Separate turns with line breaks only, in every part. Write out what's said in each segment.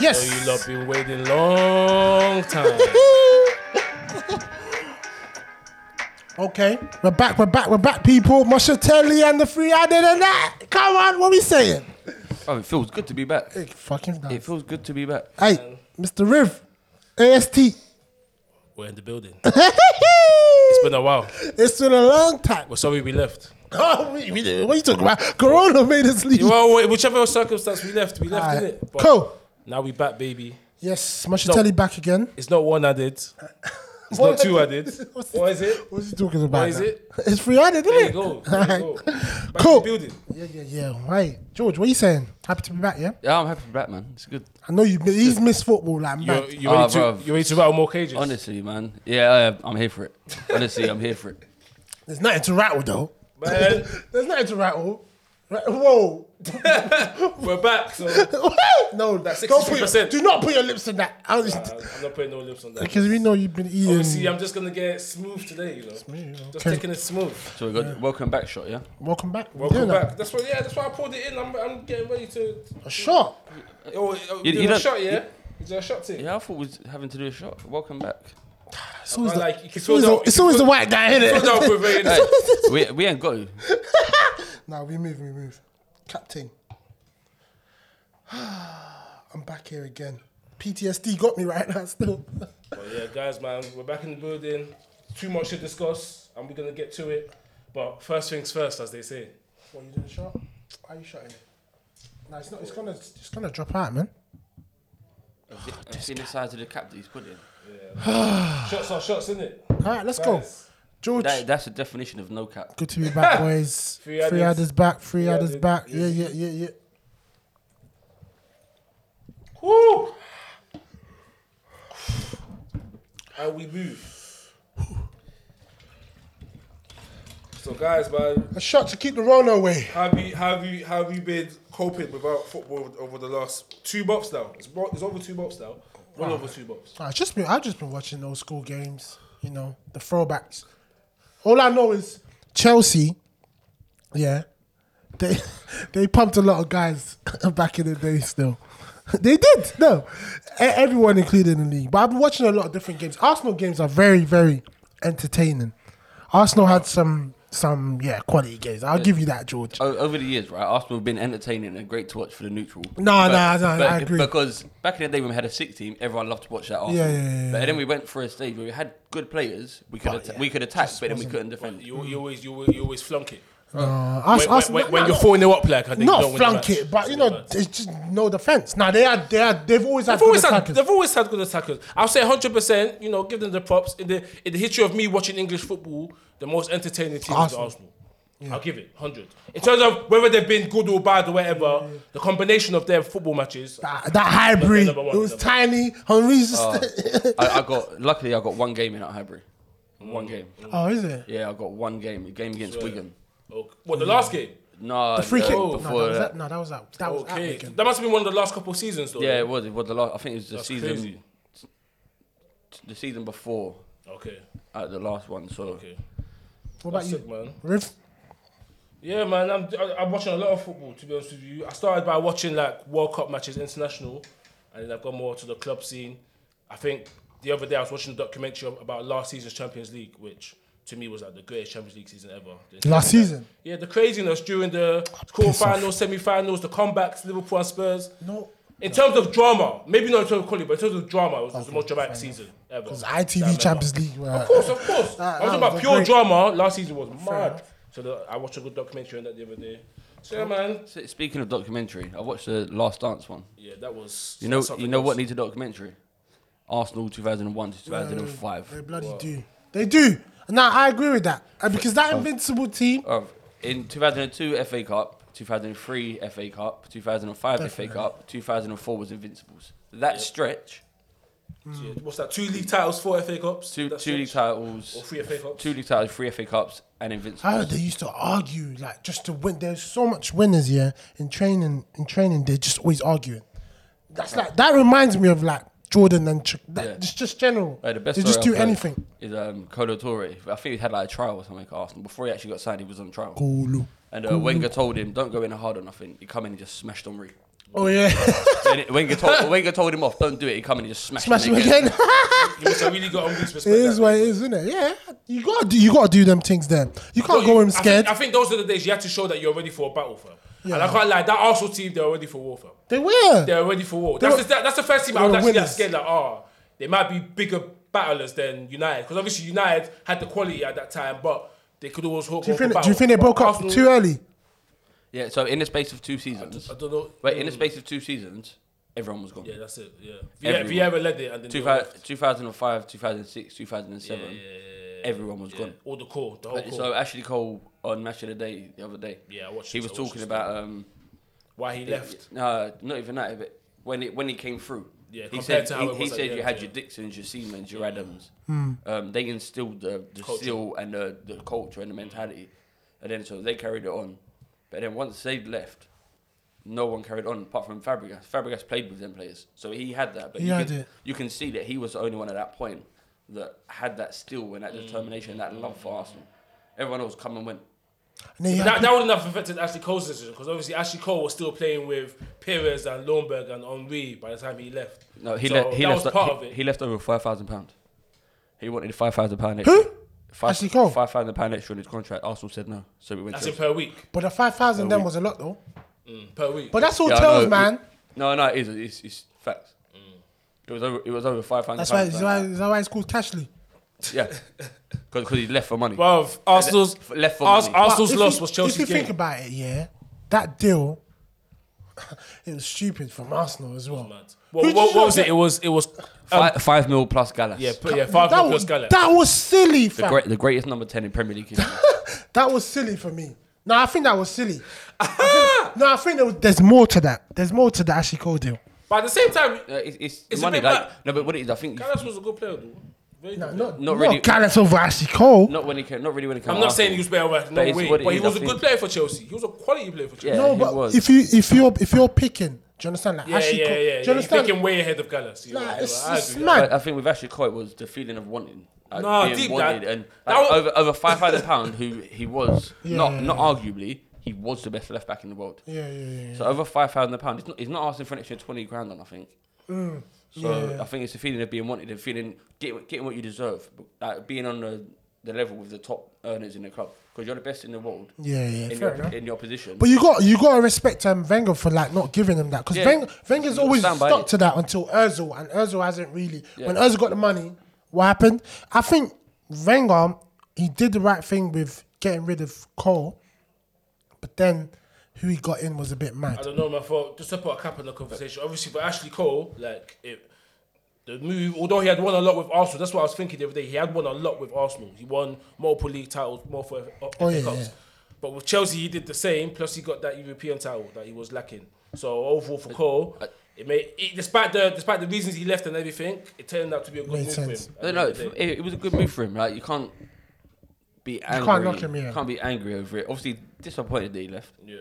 Yes.
So you love been waiting long time.
Okay, we're back, we're back, we're back, people. Moshatelli and the free added and that. Come on, what we saying?
Oh, it feels good to be back.
It fucking does.
It feels good to be back.
Hey, Mr. Riv, AST.
We're in the building. It's been a while.
it's been a long time.
We're sorry we left.
Oh, we- we- what are you talking about? Corona made us leave.
Well, wait, whichever circumstance we left, we left,
Alright.
didn't it?
Cool.
Now we back, baby.
Yes, Moshatelli back again.
It's not one added. It's not two added.
What's
What is it?
What's he talking about?
What is
now?
it?
It's free added,
There you
isn't it?
go. There you go. Back
Cool.
in the building.
Yeah, yeah, yeah. Right. George, what are you saying? Happy to be back, yeah?
Yeah, I'm happy to be back, man. It's good.
I know you he's missed football like mad.
You're, you're,
Ah,
ready to,
bruv.
you're ready to rattle more cages.
Honestly, man. Yeah, I, am- I'm here for it. Honestly, I'm here for it.
There's nothing to rattle though.
Man,
There's nothing to rattle. Right- Whoa.
we're back. So
no,
That's
don't put your,
60%.
do not put your lips in that. I was-
Nah, I'm not putting no lips on that.
Because we know you've been eating.
Uh, Obviously, I'm just gonna get smooth today, you know. Just
okay.
taking it smooth.
So we got welcome back shot, yeah?
Welcome back. We're
Welcome
doing that.
back. That's what. Yeah, that's why I pulled it in. I'm, I'm getting ready to.
A shot.
Oh, oh,
You-
you,
you
a
don't-
shot, yeah. Is there a shot to?
Yeah, I thought we was having to do a shot. Welcome back.
It's always,
I
the,
like- you can
it's always,
feel
the,
that-
it's always the white guy,
Put
innit?
that up with it,
Hey,
innit?
we, we ain't got you.
Now we move, we move. Captain. I'm back here again. PTSD got me right now still.
But yeah, guys, man, we're back in the building. Too much to discuss, and we're gonna get to it. But first things first, as they say.
what, you doing a shot? Why are you shotting it? Nah, it's not, it's gonna, it's gonna drop out, man.
I've seen the size of the cap that he's put in.
Shots are shots, isn't it?
All right, let's go.
Guys,
George.
That, that's the definition of no cap.
Good to be back, boys.
Three
three
adders.
adders back, three adders
adders.
back. Yeah, yeah, yeah, yeah.
Woo! And we move. So, guys, man,
A shot to keep the Rona away.
How have you how have you how have you been coping without football over the last two months now? It's, mo- it's over two months now. Well over two months.
Nah, it's just been, I've just been watching those school games, you know, the throwbacks. All I know is Chelsea, yeah, they they pumped a lot of guys back in the day still. They did, no. E- Everyone included in the league. But I've been watching a lot of different games. Arsenal games are very, very entertaining. Arsenal had some, some yeah, quality games. I'll give you that, George. Uh,
O- over the years, right, Arsenal have been entertaining and great to watch for the neutral.
No, no, no, I agree.
Because back in the day when we had a six team, everyone loved to watch that
Yeah,
Arsenal.
yeah, yeah,
But
yeah.
then we went for a stage where we had good players, we could, atta-
yeah,
we could attack, but then we couldn't defend.
You, you always you, always- you always flunk it.
Uh, Ars-
When, when,
Arsenal-
when, when
Mm. no,
you're
no.
falling up like I think you don't
not
win the
flunk
match.
it, but you
It's not
know,
bad.
it's just no defense. Now they had, they had, they've always had.
They've always,
good
had,
attackers.
they've always had good attackers. I'll say 100%, you know, give them the props. In the, in the history of me watching English football, the most entertaining team
Arsenal.
is Arsenal. I'll give it 100. In terms of whether they've been good or bad or whatever, the combination of their football matches,
that, that hybrid,
number one,
it was
number
tiny. Henry's
Ah.
just.
I, I got luckily I got one game in at Highbury. One game.
oh, is it?
Yeah, I got one game. A game against Wigan.
oh, what, the last game?
No,
Free kick.
no,
No, that
Oh, before
was
that.
that. No, that was that. That was that
Okay.
weekend.
That must have been one of the last couple of seasons, though.
Yeah, it was. It was the last. I think it was the
That's
season,
crazy.
the season before
Okay.
at the last one. So
Okay.
What about
That's
you,
it, man.
Riff?
Yeah, man. I'm, I- I'm watching a lot of football, to be honest with you. I started by watching like World Cup matches, international, and then I've gone more to the club scene. I think the other day I was watching a documentary about last season's Champions League, which to me was like the greatest Champions League season ever. The-
Last season.
Yeah, the craziness during the quarterfinals, semi-finals, the comebacks, Liverpool and Spurs.
No.
In terms of drama, maybe not in terms of quality, but in terms of drama, it was, the most dramatic season ever.
It was
that I
ITV
remember.
Champions League. uh, where-
Of course, of course.
Ah, That-
I was
that
about
was a
pure
great-
drama. Last season was mad.
enough.
So the, I watched a good documentary on that the other day. So yeah, man.
So, speaking of documentary, I watched the Last Dance one.
Yeah, that was.
You know,
something
you know
else.
what needs a documentary? Arsenal 2001 to
They
2005.
bloody do. They do. Now I agree with that And because that invincible team.
Of- in 2002 FA Cup, 2003 FA Cup, 2005 FA Cup, 2004 was Invincibles. That stretch,
Yeah, what's that? Two league titles, four FA Cups.
two
That's
two
it.
league titles,
Or three FA Cups.
two league titles, three FA Cups, and Invincibles.
How they used to argue like just to win. There's so much winners here in training. In training, they're just always arguing. That's like that reminds me of like Jordan and Ch- that,
Yeah.
it's just general.
Like, the best
they just
story
do
I've heard
anything.
Is um, Colo Torre. I think he had like a trial or something at Arsenal. Before he actually got signed, he was on trial.
Kolo.
And And uh, Wenger told him, "Don't go in hard or nothing. You come in and just smashed Henri."
Oh yeah,
And it- Wenger told Wenger told him off. Don't do it. You come in and just smash,
smash him again.
You must have really got Henri's
it
respect.
is
that
what
day.
it is, isn't it? Yeah, you gotta do you gotta do them things. Then you can't
But
go in
you- I think-
scared.
I think, those are the days you have to show that you're ready for a battle, fam. And I
Yeah.
can't lie, that Arsenal team, they're ready for war, fam.
they were.
They're ready for war. That's,
were-
the, that- that's the first team I
they
was
were
actually that
winners.
scared, like, ah, they might be bigger battlers than United. Because obviously United had the quality at that time, but they could always hook
Do you think? Do you think they broke up too early?
Yeah. So in the space of two seasons,
I don't know.
wait, in the space of two seasons, everyone was gone.
Yeah, that's it. Yeah. Vieira,
Everyone.
Vieira led it and then they
Two
all
thou-
left.
2005, 2006, 2007, everyone was gone.
all the core, the whole core.
So Ashley Cole on Match of the Day the other day,
Yeah, I watched
he
it,
was
I watched
talking
it.
about um,
Why he left.
No, not even that. But when it when he came through,
Yeah,
he
compared
said
to how
he,
it
he
was at
said
the
you
end,
had
yeah. Hmm.
your Dixons, your Siemens, your Adams.
Hmm.
Um, they instilled the, the
Culture.
skill and the, the culture and the mentality, and then so they carried it on. But then once they left, no one carried on apart from Fabregas. Fabregas played with them players, so he had that. But
He
you,
had
can,
it.
you can see that he was the only one at that point that had that skill and that
Hmm.
determination and that love for Arsenal. Everyone else come and went.
And they had
That, that wouldn't have affected Ashley Cole's decision because obviously Ashley Cole was still playing with Perez and Lomberg and Henri by the time he left.
No, he
So
left. He
that
left.
was part of
he,
it.
he left over five thousand pound. He wanted five thousand pound extra.
Who?
Five,
Ashley Cole?
Five thousand pound extra in his contract. Arsenal said no, so we went.
That's
to
in per week.
But the 5,000 then
we-
was a lot though.
Per week.
But that's all
Yeah, I
tells,
know.
man.
No, no, it is. It's, it's facts.
Mm.
It was over. It was over five thousand.
That's why, that's why, that's why it's called Cashly.
Yeah, because he left for money.
Bruv, Arsenal's
F- left for
Ars-
money.
But
Arsenal's
if
loss
you-
was Chelsea's
If you
game.
think about it, yeah, that deal, it was stupid from Arsenal as well.
Well,
Who did you
what, what
not
was it?
get?
It was it was
Fi- five mil plus Gallas.
um, yeah
the
put, yeah five
That
plus
was,
Gallup.
that was silly, fam.
great, the greatest number ten in Premier League. history.
That was silly for me. No, I think that was silly. I think- no, I think there was, there's more to that. There's more to the Ashley Cole deal.
But at the same time,
Uh, it's it's,
It's a
money.
bit
Like,
bad.
no, but what it is, I think.
Gallas was a good player, though. Very
No,
good
not,
Not
not,
really.
really. Gallas over Ashley Cole.
Not when he came. Not really when he came.
I'm
to
not saying he
Arsenal.
was better, right? no
But it's
way.
what it
But he
is,
was
I
a good
think.
player for Chelsea. He was a quality player for Chelsea.
Yeah.
no,
he
but
was.
if you if you're if you're picking, do you understand? Like
yeah,
Ashley
yeah,
Cole,
yeah.
do
yeah.
you
He's
understand?
thinking way ahead of Gallas. Yeah,
Nah,
whatever.
it's,
I
it's
agree.
mad.
I, I think with Ashley Cole, it was the feeling of wanting, like,
No,
being
deep
wanted,
down-
and
that
like,
was-
over over five thousand pound, who he was
Yeah.
not not arguably, he was the best left back in the world.
yeah, yeah, yeah.
So over five thousand pound, it's not he's not asking for an extra twenty grand on. I think. So
Mm. yeah.
I think it's the feeling of being wanted, and feeling getting, getting what you deserve, like being on the, the level with the top earners in the club because you're the best in the world
Yeah, yeah, fair
in, your,
enough.
in your position.
But you got you got to respect um, Wenger for like not giving him that because
Yeah.
Wenger's
You
always
stand by
stuck
it.
to that until Özil and Özil hasn't really.
Yeah.
When Özil got the money, what happened? I think Wenger he did the right thing with getting rid of Cole, but then who he got in was a bit
I
mad.
don't know, man. For just to put a cap on the conversation, obviously for Ashley Cole, like it, the move. Although he had won a lot with Arsenal, that's what I was thinking the other day. He had won a lot with Arsenal. He won multiple league titles, more for uh,
Oh,
FA
yeah,
Cups.
yeah.
But with Chelsea, he did the same. Plus, he got that European title that he was lacking. So overall, for Cole, it made it, despite the despite the reasons he left and everything, it turned out to be a good
Made
move
sense.
for him.
I don't know. It, it was a good move for him. Like you can't be angry.
can't knock him, yeah.
Can't be angry over it. Obviously disappointed that he left,
Yeah.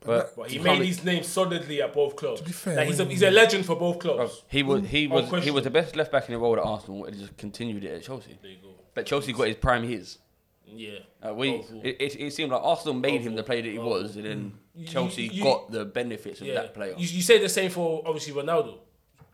but,
But he
you can't
made
be-
his name solidly at both clubs.
be fair,
like he's, a,
when-
he's a legend for both clubs.
He was he was he
question.
was the best left back in the world at Arsenal, and he just continued it at Chelsea.
There you go.
But Chelsea got his prime years.
Yeah.
Uh, we
Overall.
it, it, it seemed like Arsenal made
Oh,
him the player that he was, and then Chelsea
you- you-
got the benefits of that player.
You, you say the same for obviously Ronaldo,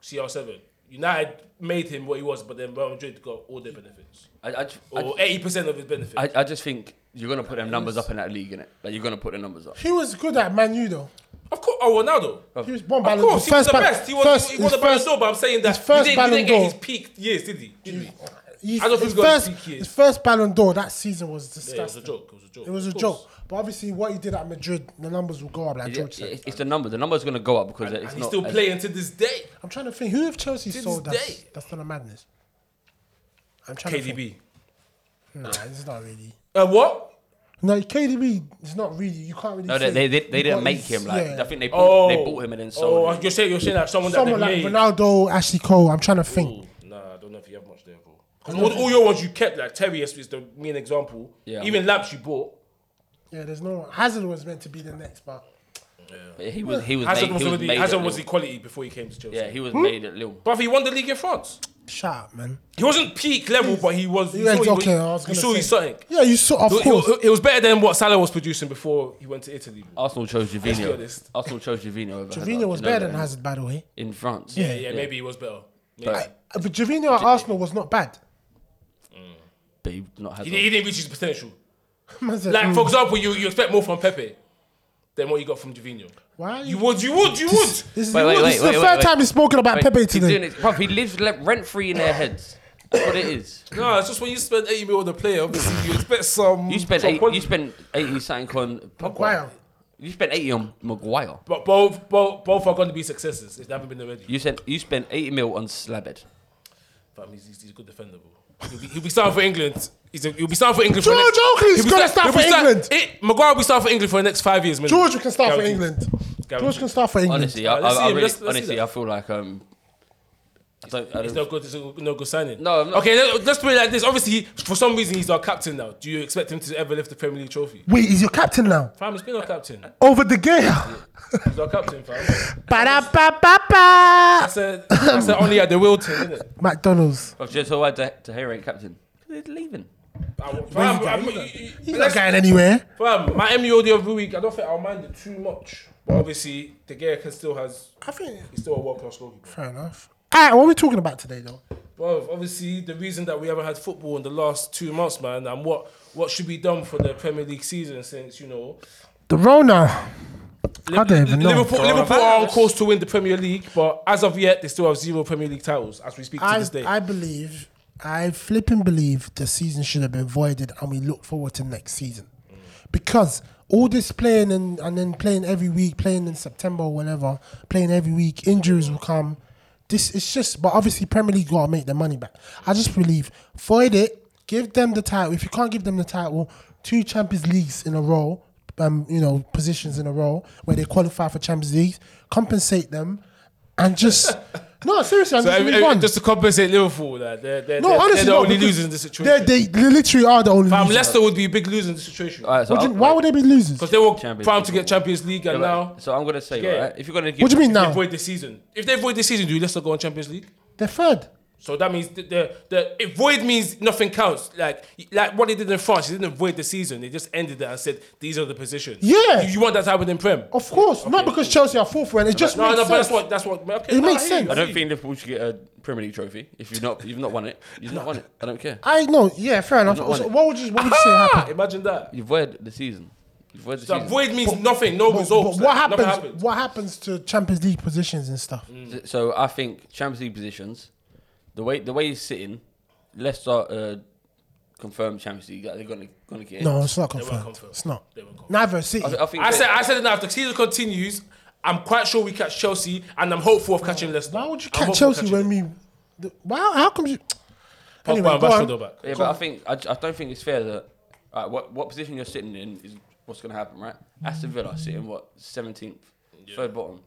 CR7. United made him what he was, but then Real Madrid got all their benefits,
I, I, ju- I,
or eighty percent of his benefits.
ju- I- I just think you're gonna put them numbers up in that league, innit? Like you're gonna put the numbers up.
He was good at Manu though.
of course, oh Ronaldo.
He was one
Of
Ballon
course,
d'Or.
he was the
Ballon-
best. He was
first-
he won the
his
Ballon
first-
d'or, but I'm saying that
his first
he didn't, he didn't
Ballon
get
d'Or.
his peak years, did he? Did he?
His,
I don't think
his
he's got his
first,
peak years.
his first Ballon d'Or that season was
Yeah, it was a
disgusting.
joke. It was a joke.
it was a
Of course.
joke, but obviously what he did at Madrid, the numbers will go up. Like
It-
George said,
it- it's the number. The number's gonna go up because it's
And he's
not.
still
as-
playing to this day.
I'm trying to think who if Chelsea
this
sold that's
day.
that's done a madness. I'm trying to think.
KDB.
Nah, it's not really.
Uh, what?
No, KDB is not really. You can't really.
No, Oh, they
say-
they, they,
you
they
got
didn't make
this-
him. Like
yeah.
I think they bought,
Oh,
they bought him and then sold.
Oh,
him.
you're saying you're saying that someone,
someone
that
like
they made.
Ronaldo, Ashley Cole. I'm trying to think.
Nah, I don't know if you have much there, bro. 'Cause all, all your ones you kept, like Terry is is the main example.
Yeah.
Even Lamps you bought.
Yeah, there's no Hazard was meant to be the next, but
But he was he was
Hazard
made,
was,
he was
already,
made
Hazard
at
was
Lille.
equality before he came to Chelsea.
yeah he was made at Lille.
But he won the league in France.
Shut up, man.
He wasn't peak level, but he was. You
Yeah,
saw he
okay,
was-
I was
you
gonna
saw he's
say.
something.
Yeah, you saw. Of
It-
course,
It, it was better than what Salah was producing before he went to Italy. bro.
Arsenal chose
be
Jovino.
honest.
Arsenal chose Jovino over Hazard,
Jovino was
you know
better
that,
than
innit?
Hazard, by the way.
in France.
Yeah.
Yeah, maybe he was better. Maybe.
But
Uh, But Jovino at Arsenal was not bad.
but he not
He,
Hazard.
didn't- he didn't reach his potential.
Man said,
Like
mm,
for example, you, you expect more from Pepe than what you got from Jovino.
why?
You would, you would, you would.
This, this is,
Wait,
you
wait,
know,
wait,
this is
wait,
the
wait,
third
wait.
time he's spoken about
Like,
Pepe
he's
today.
doing it- bruv, he lives rent free in their heads. That's what it is.
No, it's just when you spend 80 mil on a player, obviously you expect some.
You spent
some
eight,
quality.
you spent eighty something on
Maguire.
You spent eighty on Maguire.
But both, both, both are going to be successes. If they haven't been already.
You spent you spent eighty mil on Slabbed.
Fam, he's, he's, he's a good defender, bro. He'll be, he'll be starting for England. He's a, he'll be starting for England. for
George
next-
Oakley's
he'll be
gonna
sta-
start
he'll
for
be sta-
England.
It, Maguire will be starting for England for the next five years. Minimum.
George can start for
Guaranteed.
England. George
Guaranteed.
can start for England.
Honestly, I,
Alright, let's
I,
see
I
him,
really,
let's- let's see
honestly,
that.
I feel like um, I don't, I
It's
don't,
no good. It's no no good signing.
No, I'm not-
Okay, let, let's put it like this. Obviously, for some reason, he's our captain now. Do you expect him to ever lift the Premier League trophy?
Wait, he's your captain now.
Fam, he's been our captain.
Over the Gea.
He's our captain, fam.
ba da ba ba ba.
That's a that's a only at the Wilton, isn't it?
McDonald's.
I've just heard De, De Gea ain't captain. 'Cause He's leaving.
Fam,
he
I'm-
going?
you- you-
He's not
let's-
going anywhere.
fam, my MU the other week. I don't think I'll mind it too much, but obviously, De Gea can still has
I think
he's still a world class goalkeeper.
fair enough. All right, what are we talking about today, though?
Well, obviously, the reason that we haven't had football in the last two months, man, and what what should be done for the Premier League season since you know
The Rona. I don't even know.
Liverpool,
Corona
Liverpool are on
virus.
course to win the Premier League, but as of yet, they still have zero Premier League titles as we speak to
I,
this day.
I believe, I flipping believe the season should have been voided and we look forward to next season. Because all this playing and, and then playing every week, playing in September or whenever, playing every week, injuries will come. This it's just, but obviously Premier League gotta make their money back. I just believe void it, give them the title. If you can't give them the title, two Champions Leagues in a row, um, you know positions in a row where they qualify for Champions League, compensate them, and just no seriously, I'm
so
just,
every-
move
every-
on.
just to compensate Liverpool, like, they're, they're,
No,
they're,
honestly,
they're the
no,
only
because
losers in this
They,
situation.
they they literally are the only
Fam,
losers.
Leicester would be big losers in this situation
All
because
right, so
What do you-
I'll-
why would they be losers?
they were
Champions
primed
League
to get Champions League,
Yeah,
and
but-
now
So I'm gonna say,
Yeah.
right, if you're gonna give,
What do you mean
they
now?
void the season. If they void the season, do Leicester go on Champions League?
They're third.
So that means the, the, the if void means nothing counts. Like like what they did in France, they didn't void the season. They just ended it and said these are the positions.
Yeah.
you, you want that to happen in Prem?
Of course, not because Chelsea are fourth when it just
No, no,
makes
but
sense.
that's what that's what. Okay,
It
no,
makes
I hear you,
sense.
I don't
hear
think Liverpool should get a Premier League trophy. If you've not, you've not won it. You've not won it. I don't care.
I know, yeah, fair enough. So
on it.
what would you what would you say
Ah,
happened?
imagine that.
You've void the season. You've void the
So
season.
void means nothing, no
But,
results.
but what
like,
happens?
nothing happened. Mm.
What happens to Champions League positions and stuff?
So I think Champions League positions, the way the way he's sitting, Leicester uh, confirmed Champions League. Like, they're gonna gonna get in.
No, it's not
weren't
confirmed.
confirmed.
It's not.
They weren't confirmed.
Neither City.
I, th- I think
I
they-
said I said enough. The season continues. I'm quite sure we catch Chelsea, and I'm hopeful of catching Leicester.
Why would you
I'm
catch
hopeful of
Chelsea when
catching
we? the- Why? How come you?
Pogba
Anyway,
and
go
Rashford are
on.
back.
Yeah, but I think I, I don't think it's fair that right, what what position you're sitting in is what's going to happen, right? Aston Villa sitting what seventeenth, third bottom.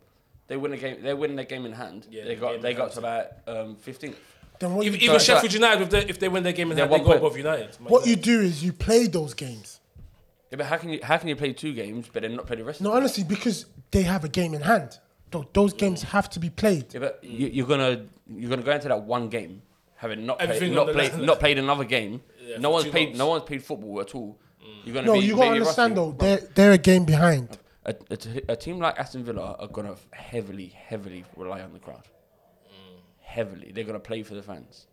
They win a game. They win their game in hand.
Yeah,
they
the
got
game
they
in
got to about um, 15th.
Then what?
Even,
You,
even
Sorry,
Sheffield United, if they, if they win their game in hand, they
one
go
point.
above United. Man,
what
yeah.
you do is you play those games.
Yeah, but how can you how can you play two games but then not play the rest?
No,
of them?
honestly, because they have a game in hand. Tho-
Mm.
Those games have to be played.
Yeah, but you, you're gonna you're gonna go into that one game having not played,
Everything
not
on the
played
line.
not played another game.
Yeah,
no
for
one's
two
played
months. Mm.
no one's played football at all. You're gonna
No,
be,
you gotta
maybe
understand though.
rusty.
They're they're a game behind.
a, a t- a team like Aston Villa are going to heavily, heavily rely on the crowd. Heavily. They're going to play for the fans.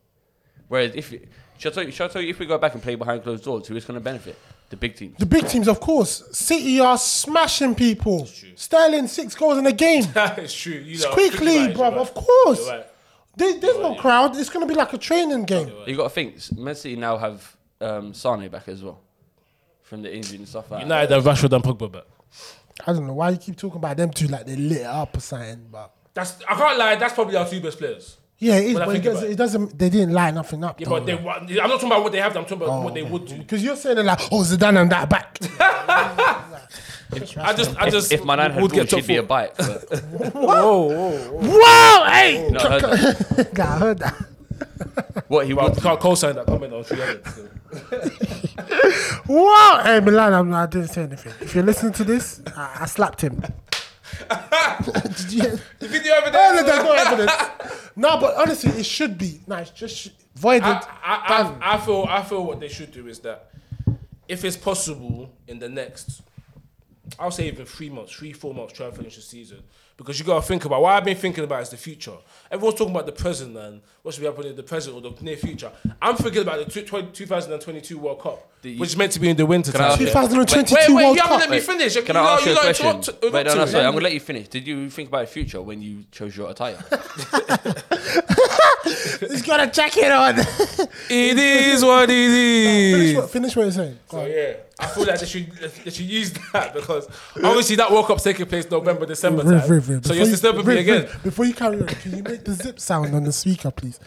Whereas if, you- shall I tell you, shall I tell you if we go back and play behind closed doors, who is going to benefit? The big teams.
The big teams, of course. City are smashing people. Sterling six goals in a game.
it's true. You know,
Quickly,
you're
bruv.
right.
Of course.
You're right.
There- there's no crowd. It's gonna be like a training game.
you got to think, S- Man City now have um, Sane back as well from the injury and stuff like that.
United have Rashford and Pogba back.
I don't know why you keep talking about them two like they lit up or something, but
That's I can't lie. That's probably our two best players.
yeah, it is.
Well, I
But it
think about
doesn't,
it.
it doesn't. They didn't line nothing up.
Oh, Yeah, but they. wa- I'm not talking about what they have. I'm talking about what they would do.
because you're saying they're like, oh, Zidane and that back.
I just, I just.
If my nan had
would
ball,
get
she'd
top
be a
four.
bite. But
Whoa, whoa, whoa.
Whoa, hey!
Oh.
No, I heard
Nah, I heard that.
what he
Well,
would,
I can't co-sign that comment on 300. So.
Whoa, hey Milan, I'm, I didn't say anything. If you're listening to this, I, I slapped him. Did you hear-
The video over
No,
there.
no, there's no evidence. No, but honestly, it should be. No, it's just sh- voided.
I, I,
done.
I, I feel I feel what they should do is that if it's possible in the next, I'll say even three months, three four months, try and finish the season because you got to think about what I've been thinking about is the future. Everyone's talking about the present and what should be happening in the present or the near future. I'm thinking about the two, 2022 World Cup,
The-
which is meant to be in the winter
I
time.
ask you-
2022
Wait, wait,
World
you haven't
Cup.
let me finish.
Can I ask you a
got
question?
to- you got
Wait, no, no,
to.
sorry. I'm gonna let you finish. Did you think about the future when you chose your attire?
He's got a jacket on.
It is what it
finish,
is.
what, finish what you're saying. Go
So
on.
yeah, I feel like they should they should use that because obviously that World Cup's taking place November December time.
Riv, Riv, Riv,
so
before
you're
you-
disturbing
Riv,
me again.
Riv, Before you carry on, can you make the zip sound on the speaker, please?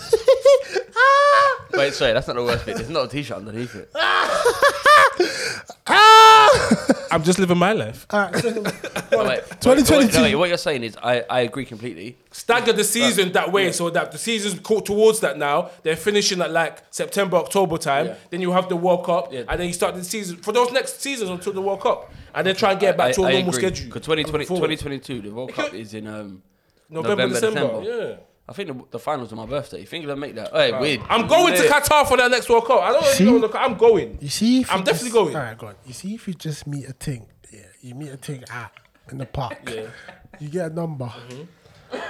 Wait, sorry. That's not the worst bit. There's not a t-shirt underneath it.
Ah!
I'm just living my life.
All right, so-
No, wait, wait,
2022.
wait, wait, what you're saying is, I, I agree completely.
Stagger the season that way so that the season's caught towards that now. They're finishing at like September October time.
Yeah.
Then you have the World Cup
Yeah.
and then you start the season for those next seasons until the World Cup and then try and get back to a normal schedule.
Because 2020,
Forward.
2022, the World Cup
could-
is in um,
November, December. Yeah.
I think the, the finals are my birthday. You think they'll make that? Hey, weird.
I'm going to
Weird.
Qatar for that next World Cup. I don't
See?
even know. Look, I'm going.
You see, if
I'm
you
definitely
just-
going.
All right, go on. You see, if you just meet a thing, yeah, you meet a thing out in the park,
Yeah. Mm-hmm.
you get a number.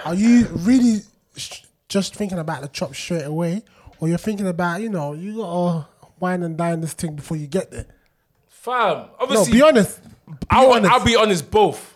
Are you really sh- just thinking about the chop straight away, or you're thinking about you know you gotta wine and dine this thing before you get there?
Fam,
No,
obviously
be honest. Be
I'll,
honest.
I'll be honest, both.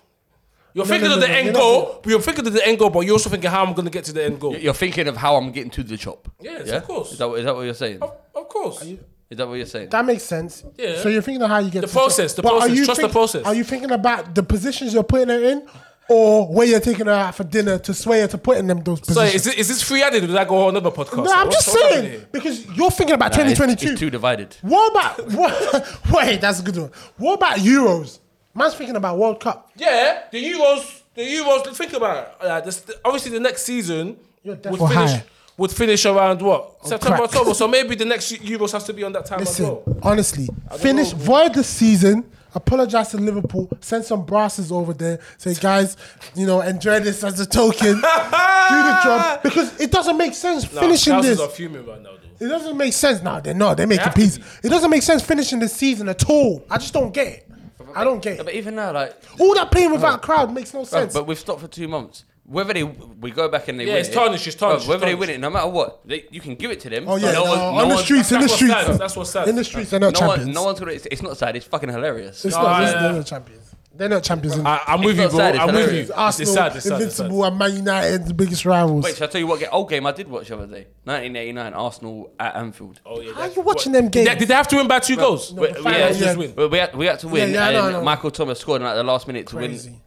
You're
No,
thinking
no,
of
no,
the
no,
end
you're not
goal, but you're thinking of the end goal, but you're also thinking how I'm going to get to the end goal.
You're thinking of how I'm getting to the chop.
Yes, of course. Oh.
Is that, is that what you're saying?
Of, of course.
Is that what you're saying?
that makes sense.
Yeah.
So you're thinking of how you get
The
to
process, the
But are
process,
you
trust the
think-
process.
Are you thinking about the positions you're putting her in, or where you're taking her out for dinner to sway her to putting them those
So
positions?
is this, is this free added? or Did I go on another podcast?
no, I'm
What's-
just
what's happening
saying
here?
because you're thinking about
Nah, it's-
2022.
It's too divided.
What about what? Wait, that's a good one. What about Euros? Man's thinking about World Cup.
Yeah, the Euros, the Euros, think about it. Like, this, obviously, the next season
You're
would
definitely
finish,
higher. Oh,
would finish around what? September,
crack.
October. So maybe the next Euros has to be on that time as
Listen,
well.
honestly, finish void the season. Apologize to Liverpool. Send some brasses over there. Say, guys, you know, enjoy this as a token. Do the job because it doesn't make sense
Nah,
finishing
thousands
this.
are fuming right now, though.
it doesn't make sense. No, they're not. They're making
have to
peace.
be.
It doesn't make sense finishing the season at all. I just don't get it. I don't get
Yeah,
it.
but even now, like,
All that playing without crowd makes no
Bro,
sense.
But we've stopped for two months. Whether they we go back and they
Yeah,
win
it's
it,
tarnished, it's
bro,
tarnished, it's
whether they
tarnished.
win it, no matter what, they, you can give it to them.
oh yeah,
no
no,
one-
on
no
the
one-
streets, in the
that's what's
streets,
sad, that's what's sad.
in the streets, they're not
No,
champions.
one, no one's gonna. It's, it's not sad. It's fucking hilarious.
It's
No,
not.
I-
it's- they're not champions. They're not champions. in
I, I'm
It's
with you,
not
bro.
sad, it's
I'm with you.
hilarious.
It's
Arsenal,
sad, it's sad, it's sad.
Invincible, and Man United, the biggest rivals.
Wait, shall I tell you what get- old game I did watch the other day? 1989 Arsenal at Anfield.
Oh, yeah,
How are
that-
you watching
what-
them games?
Did they, did they have to win by two goals?
we,
the
we,
final
had,
was-
win.
we, we had, we had to win,
yeah, I
and
know, I know.
Michael Thomas scored in like the last minute to
Crazy.
Mad.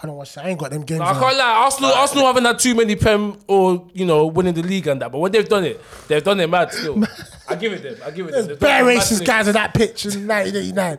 I don't watch that. I ain't got them games.
I
on.
can't lie. Arsenal, Arsenal haven't had too many prem or you know winning the league and that, but when they've done it, they've done it mad. Still, I give it them. I give it them.
There's
They've
bare
done it mad
racist
thing.
guys on that pitch in 1989.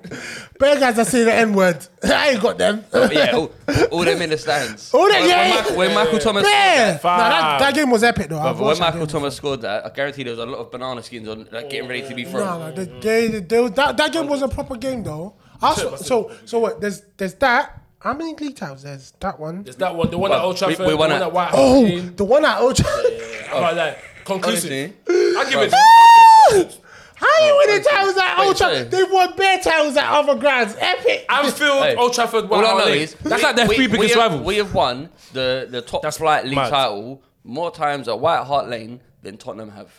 Bare guys that say the N word. I ain't got them.
win. Oh, yeah, all, all them in the stands.
All them-
When-
yeah,
when,
yeah.
Michael, when Michael Thomas.
Bare. Nah, that,
Fam.
that game was epic though. I've
But when
watched that game.
Michael Thomas scored that, I guarantee there was a lot of banana skins on, like getting ready to be thrown.
No, no, they, they, they, they, that, that game was a proper game though. Arsenal, so, so what? There's, there's that. How many league titles? There's that one.
There's that one. The one
Well,
at Old
we-
Trafford.
we
the
won
one
at-
at White Hart
Oh,
Lane.
the one at Old Trafford.
I'm not lying. Conclusive.
Honestly.
I give it.
How you
Oh,
winning titles at
Wait,
Old
sorry.
Trafford? They won bare titles at other grounds. Epic.
Anfield,
Hey,
Old Trafford,
All
White
I
Hart
know
Lane.
is
That's
we-
like their
we-
three biggest
we have,
rivals.
We have won the, the top
That's
flight league
mad.
title more times at White Hart Lane than Tottenham have.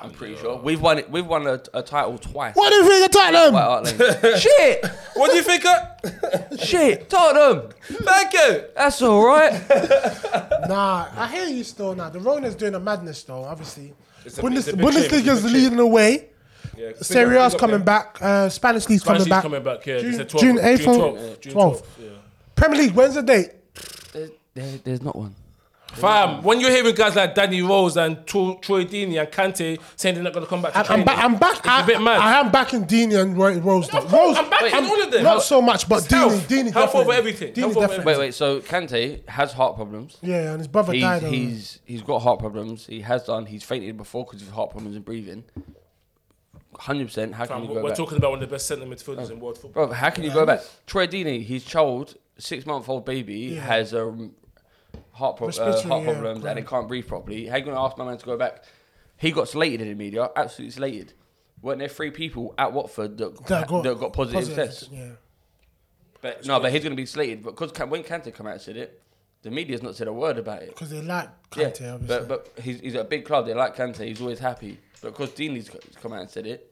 I'm pretty sure we've won it. We've won a, a title twice.
What do you think of Tottenham?
White Hart Lane.
Shit.
What do you think? uh?
Shit, Tottenham.
Thank you.
That's all right.
Nah, I hear you still. Now the Rona's doing a madness though. Obviously,
It's a big-
Bundes-
it's a big change, it's a
Bundesliga's
big
leading the way. Serie A's coming back. Uh, Spanish league's
Spanish
coming
league's
back.
coming back. Yeah,
June,
They said 12th,
June
June
8th,
12th, June 12th, yeah.
Premier League. When's the date?
There- there- there's not one.
Fam, when you're hearing guys like Danny Rose and Tro- Troy Deeney and Kante saying they're not going to come back to
I, am
training,
back. I'm back.
It's
I,
a bit mad.
I am backing Dini and Ro- Rose. though.
Of
Rose,
course, I'm backing
Wait,
all of them.
not so much, but
It's
Dini.
health.
Dini
Health
definitely.
over everything.
Dini
Health over
definitely.
Wait, wait. So Kante has heart problems.
Yeah, and his brother
He's,
died. on-
he's he's got heart problems. He has done. He's fainted before because of heart problems and breathing. Hundred percent. How can
Fam,
you go
we're
back?
talking about one of the best centre midfielders in world football.
Bro, how can you go back? Troy Deeney, his child six month old baby
Yeah.
has a um, heart, pro- uh,
Respiratory,
heart
yeah,
problems and it
correct.
can't breathe properly, how you going to ask my man to go back? He got slated in the media, absolutely slated. Weren't there three people at Watford that, that, got, positive, tests?
Yeah.
But, no, but he's going to be slated. But because when Kante come out and said it, the media's not said a word about it.
Because they like
Yeah,
Kante, obviously.
but but he's, he's at a big club. They like Kante. He's always happy. But because Deeney's co- come out and said it,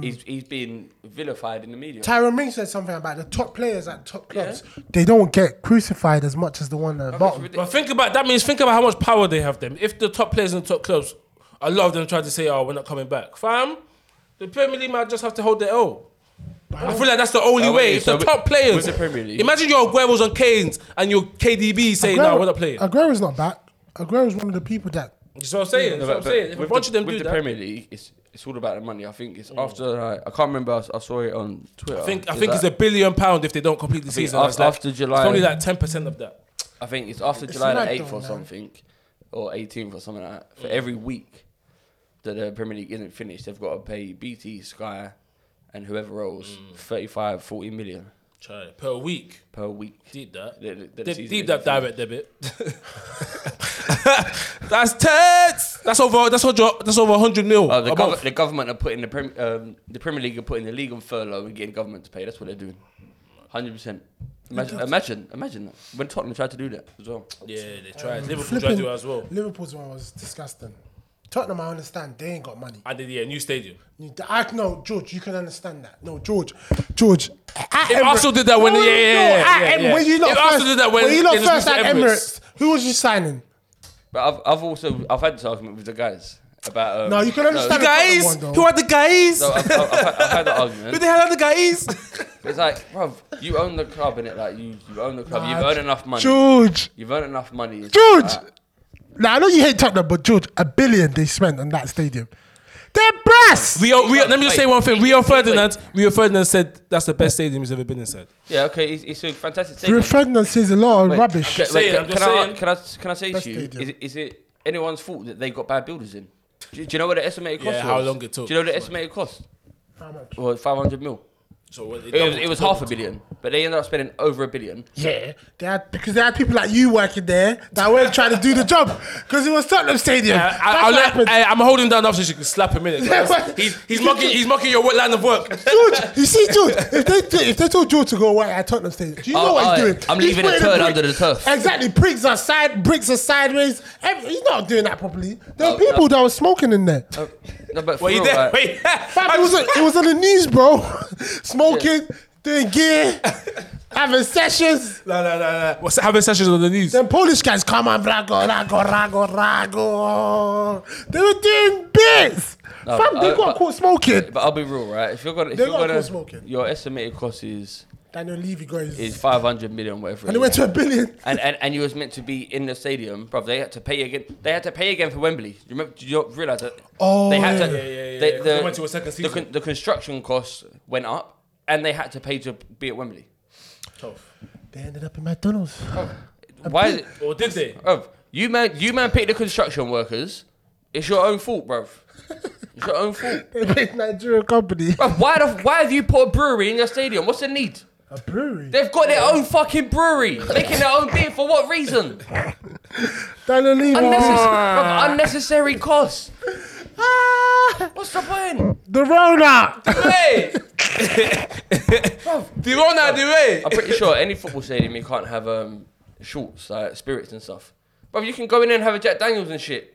he's he's been vilified in the media.
Tyron Ming said something about the top players at top
Yeah.
clubs. They don't get crucified as much as the one at the
That's
bottom.
ridiculous.
But think about that means think about how much power they have. Them if the top players in the top clubs, a lot of them try to say, "Oh, we're not coming back." Fam, the Premier League might just have to hold their L. I feel like that's the only
Uh, wait,
way. If
so
the
with-
top players,
with the Premier League-
imagine your Aguero's on Canes and your KDB saying, "No, we're not playing."
Aguero's not back. Aguero's one of the people that.
That's what I'm saying. That's
No, but-
what I'm
but
saying. If a
with
bunch
the,
of them
with
do
the
that, Mm.
Premier League, it's it's all about the money. I think it's after like, I can't remember. I, s- I saw it on Twitter.
I think I
Is
think
that-
it's a billion pound if they don't complete the
think
season.
af-
That's like-
after July-
it's probably like ten percent of that.
I think it's after July
mad
the eighth
though,
or
man.
something, or eighteenth or something like that. For every week that the Premier League isn't finished, they've got to pay BT, Sky, and whoever else 35, 40 million
Try it. per week.
per week.
Deep that.
The- the- the
Deep,
season
deep
isn't
that direct
finished.
debit. that's tense. That's over. That's over. That's over hundred mil.
Oh, the,
a
gov-
month.
the government are putting the Prem- um, the Premier League are putting the league on furlough and getting government to pay. That's what they're doing. Hundred percent. Imagine, imagine, imagine that. When Tottenham tried to do that as well.
yeah, they tried. Liverpool tried to
Flipping,
do it as well.
Liverpool's one was disgusting. Tottenham, I understand. They ain't got money.
And did yeah, new stadium.
I no George, you can understand that. No George, George. At
They also did that when- yeah, yeah, yeah,
at
yeah,
Em-
yeah.
When you lot
They also
first,
did that when
you lot
they just
first
went to
at
Emirates.
Emirates. Who was you signing?
But I've, I've also I've had this argument with the guys about. Um,
No, you can understand. the Tottenham
Guys,
one, though.
who are the guys?
No, I've, I've, I've, had, I've had that
Who
argument.
the hell are the guys?
It's like, bruv, you own the club, innit? Like, you, you own the club.
Nah,
You've earned enough money.
George,
You've earned enough money. It's
George.
like-
Now I know you hate Tottenham, but George, a billion they spent on that stadium. They're brass.
Rio, Rio, let me just
Wait,
say one thing. Rio Ferdinand,
wait.
Rio Ferdinand said that's the best stadium he's ever been inside.
yeah, okay, it's, it's a fantastic
Your
statement.
Ferdinand says a lot of
Wait,
rubbish.
okay, wait,
saying, I'm
can,
just
I,
saying.
can, I, can I say
Best
to you,
stadium.
is, it- is it anyone's fault that they got bad builders in? Do, do you know what the estimated cost
Yeah,
was?
how long it took.
Do you know the estimated cost?
How much?
Well, 500 mil.
So what-
It was, it was half a billion, but they ended up spending over a billion.
Yeah, they had because they had people like you working there that weren't trying to do the job because it was Tottenham Stadium.
I,
That's
I,
what
I,
happened.
I, am holding down the option. You can slap him in it.
Yeah, but-
he's, he's mocking. He's mocking your line of work.
George, you see, George, if they if they told George to go away at Tottenham Stadium, do you know
Oh,
what he's
oh,
doing?
I'm
He's
leaving a
putting
turd
brick-
under the turf.
Exactly, bricks are side, bricks are sideways. Every, he's not doing that properly. There were
No,
people that were smoking in there.
No, but for
Wait,
real,
you there?
like,
Wait.
Fam, it was on- it was on the news, bro. smoking, doing gear, having sessions.
No, no, no, no. What's having sessions on the news?
Then Polish guys come and rago, rago, rago, rago. They were doing bits.
No,
Fam, they
I-
got
I-
caught smoking.
But I'll be real, right? If you're gonna, if
They
you're
got
gonna,
caught smoking.
your estimated cost is
Daniel Levy got his.
is 500 million, whatever.
and it went to a billion.
and, and and you was meant to be in the stadium, bro. They had to pay again. They had to pay again for Wembley. Do you remember? Do you not realize that?
Oh,
they had to.
yeah,
yeah, yeah,
they-
yeah, 'cause
the-
they went to a second
the con-
season.
the construction costs went up, and they had to pay to be at Wembley.
Tough.
They ended up in McDonald's.
Why? Is it,
Or did they?
bruv, you man, you man, pick the construction workers. It's your own fault, bro. It's your own fault.
They made Nigerian company.
Bruv, why the, Why have you put a brewery in your stadium? What's the need?
A brewery.
They've got their own fucking brewery, making their own beer for what reason?
Daniel Levy.
Unnecessary, bruv, unnecessary costs.
Ah,
What's the point?
the Rona.
Hey,
The one out the way.
I'm pretty sure any football stadium you can't have um shorts, like spirits and stuff. Bruv, you can go in there and have a Jack Daniels and shit.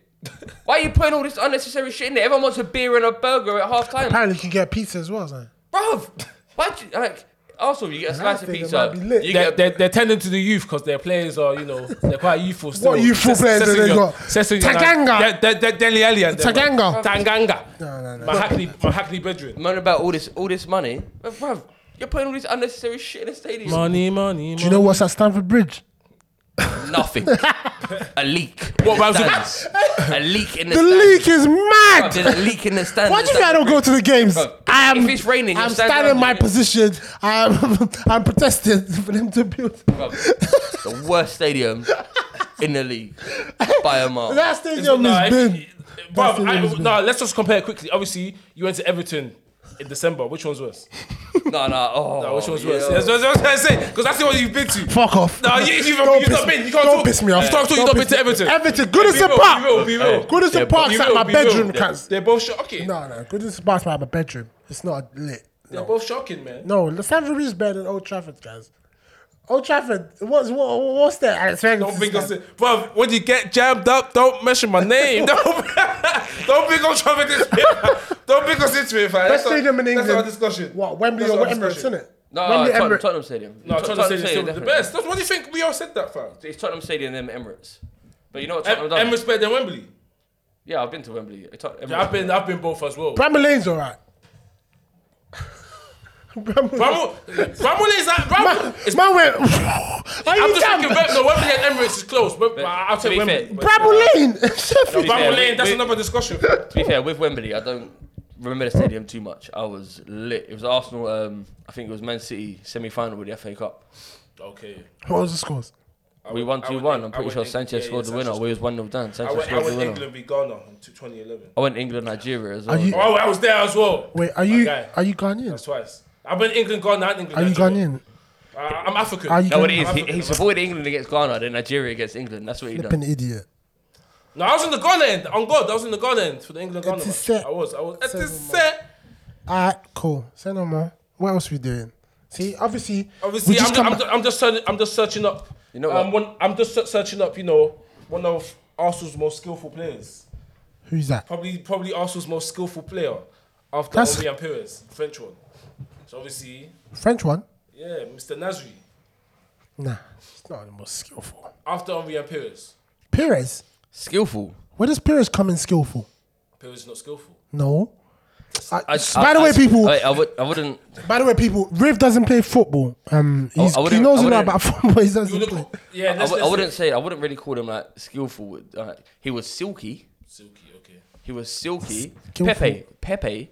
Why are you putting all this unnecessary shit in there? Everyone wants a beer and a burger at half time.
Apparently, you can get pizza as well, son.
Bruv, why do you, like, Arsenal, you get a
I
slice of
think it
pizza.
might be lit.
You
They're,
get,
they're, they're tending to the youth because their players are, you know, they're quite youthful still.
What youthful
Ses-
players have they
Sessegnon-
got?
Sessegnon-
Tanganga.
De- De- De- Dele Alli and them.
Tanganga.
Tanganga.
No, no, no.
My Hackney, my Hackney bedroom.
moan about all this, all this money. But bruv, you're putting all this unnecessary shit in the stadium.
Money, money, money.
Do you know what's at Stamford Bridge?
Nothing. a leak.
What
in the
rhymes with-
stands. A leak in the,
The
stands.
league is
Bruv,
mad.
there's a leak in the stands.
Why do you think I don't go to the games?
Bro,
I am.
if it's raining, you're
I'm
standing
standing in
up,
my
innit?
position. I'm. I'm protesting for them to build.
the worst stadium in the league by a mile.
That stadium
Nah,
is
if-
big.
Bruv,
That stadium
I-
is big.
nah, let's just compare it quickly. Obviously, you went to Everton in December. Which one's worse?
no, no. Oh,
No, which one's
yeah.
worse? That's what I was gonna say because that's the one you've been to.
Fuck off.
No, you, you've,
Don't
you've
piss
not
me-
been. You can't
don't
talk.
piss me off.
You can't talk.
Don't
You've not been
piss
to
me-
Everton.
Everton, good as
Be
a
real,
pop.
Be real. Be real.
Good as a
Yeah, but
park's
Be
at
real,
my
be real.
bedroom,
They're-
cuz.
They're both shocking.
No, no. Good as a park's at my bedroom. It's not lit.
They're both shocking, man.
No, the Sandra is better than Old Trafford, guys. Old Trafford, what's what, what's that? Alex Ferguson
Don't bring us
said?
in. Bruv, when you get jammed up, don't mention my name. don't, don't bring on traffic this Don't bring us into it, fam.
Best
our-
stadium in England.
That's our discussion.
What Wembley
That's
or
our
Emirates,
discussion.
isn't it?
No,
Wembley,
Tottenham,
Emirates.
Tottenham Stadium.
No,
Tot-
Tottenham Stadium is still the
definitely.
best. That's what do you think we all said that, fam?
It's Tottenham Stadium and then Emirates. But you know what
Em-
Tottenham done?
Emirates better than Wembley.
yeah, I've been to Wembley. Tot- Emirates.
Yeah, I've been, I've been both as well.
Bramall Lane's all right. Bramall
Bramall, Bramall is like Bramall.
Lane-
It's,
Man went. Are
I'm
you
just thinking,
dumb?
Wem- no, Wembley and Emirates is close. But, but I'll
to
take
be
Wembley.
fair-
But-
Bramall Lane.
be fair,
Bramall Lane,
we-
that's
we-
another discussion.
to be fair, with Wembley, I don't remember the stadium too much. I was lit. It was Arsenal. Um, I think it was Man City semi final with the FA Cup.
okay.
What was the scores?
I
We
would- I
won
would
two one.
think-
I'm
I
pretty
would
sure
think-
Sanchez
yeah,
scored
yeah,
the winner.
Sanchez-
We was one 0 down.
I
Sanchez
went, I
scored the
went
winner.
England v Ghana in 2011.
I went England Nigeria as well.
Are you-
Oh, I was there as well.
Wait, are you
guy.
are you Ghanaian?
Twice. I've been England, Ghana, and England.
Are you
Nigeria.
Ghanaian?
I, I'm African.
Are you
no, what
Ghanaian?
it is, he,
African,
he
I'm
supported England against Ghana, then Nigeria against England. That's what he done.
Flipping idiot.
no, I was in the Ghana end. On God, I was in the Ghana end for the England Ghana.
It is
match.
set.
I was. I was. It
Seven
is set.
All right, cool. Say no more. What else we doing? See, obviously,
Obviously,
we
I'm,
just
just,
come
I'm,
back-
just, I'm just searching, I'm just searching up. You
You
know,
know
um, one, I'm just se- searching up. You know, one of Arsenal's most skillful players.
Who's that?
Probably, probably Arsenal's most skillful player after
That's-
Henri and Perez, French one. So obviously,
French one?
yeah, Mr. Nasri
Nah, it's not the most skillful.
after Henri and Perez.
Perez.
Skillful.
Where does Perez come in skillful?
Perez is not skillful.
No. I,
I-
by
I-
the
I-
way, people.
I, I would. I wouldn't.
by the way, people. Riv doesn't play football. Um, he's,
I
he
wouldn't-
knows
I
a lot
wouldn't-
about football. but He doesn't
You
play.
look, yeah,
I,
let's,
would,
let's
I wouldn't say. I wouldn't really call him like skillful. Uh, he was silky.
Silky, okay.
He was silky.
Skillful.
Pepe. Pepe.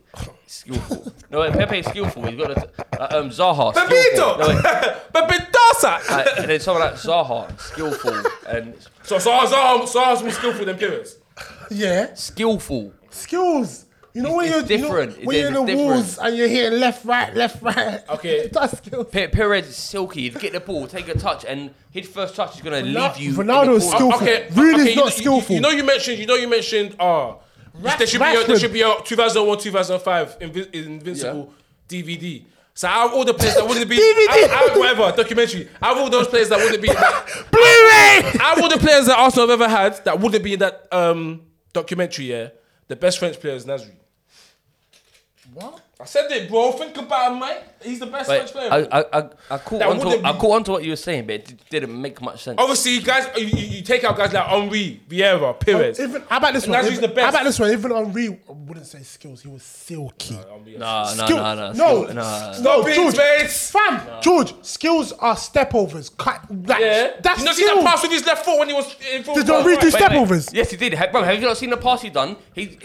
Skillful. no, wait, Pepe is skillful. He's got a, uh, um Zaha. skillful.
Pepito!
No, wait,
Pepitosa!
like, and then someone like Zaha, skillful and
So Zaha, Zaha, Zaha's more skillful than Perez.
Yeah,
skillful.
skills. You know when
It's
you're you know,
different.
when you're in the
It's
walls
different.
and you're hitting left, right, left, right.
Okay.
that's skills.
Pe- Perez is silky. He'd get the ball, take a touch, and his first touch is gonna leave you. in the
Ronaldo's
corner.
skillful.
Okay,
Rooney's
okay,
not
you know- you-
skillful.
You, know you mentioned, you know you mentioned, uh, there should be a, there
Rashford.
should be a 2001, 2005 Invi- Invincible DVD. So I have all the players that wouldn't be,
DVD.
I, I have whatever documentary. I have all those players that wouldn't be. I
Blu-ray.
have all the players that Arsenal have ever had that wouldn't be in that um, documentary. Yeah, the best French player is Nasri.
What?
I said it, bro. Think about it, mate. He's the best French
Wait,
player.
I, I, I, I caught
That
onto,
wouldn't
I
be- Oh,
caught onto what you were saying, but it d- didn't make much sense.
Obviously, you guys, you, you you take out guys like Henri, Vieira, Perez.
Even how about this one?
Nasri's
Even-
the best.
How about this one? Even Henri I wouldn't say skills. He was silky.
no, no,
Skill-
no, no,
no.
skill- no.
No,
no,
George.
beats, mates.
Fam, George, skills are stepovers. Cut. That,
Yeah,
that's
you know, see
skills.
that pass with his left foot when he was in full.
Did Henri do
Wait, wait.
stepovers?
Yes, he did. Ha- Bro, have you not seen the pass he done? He he.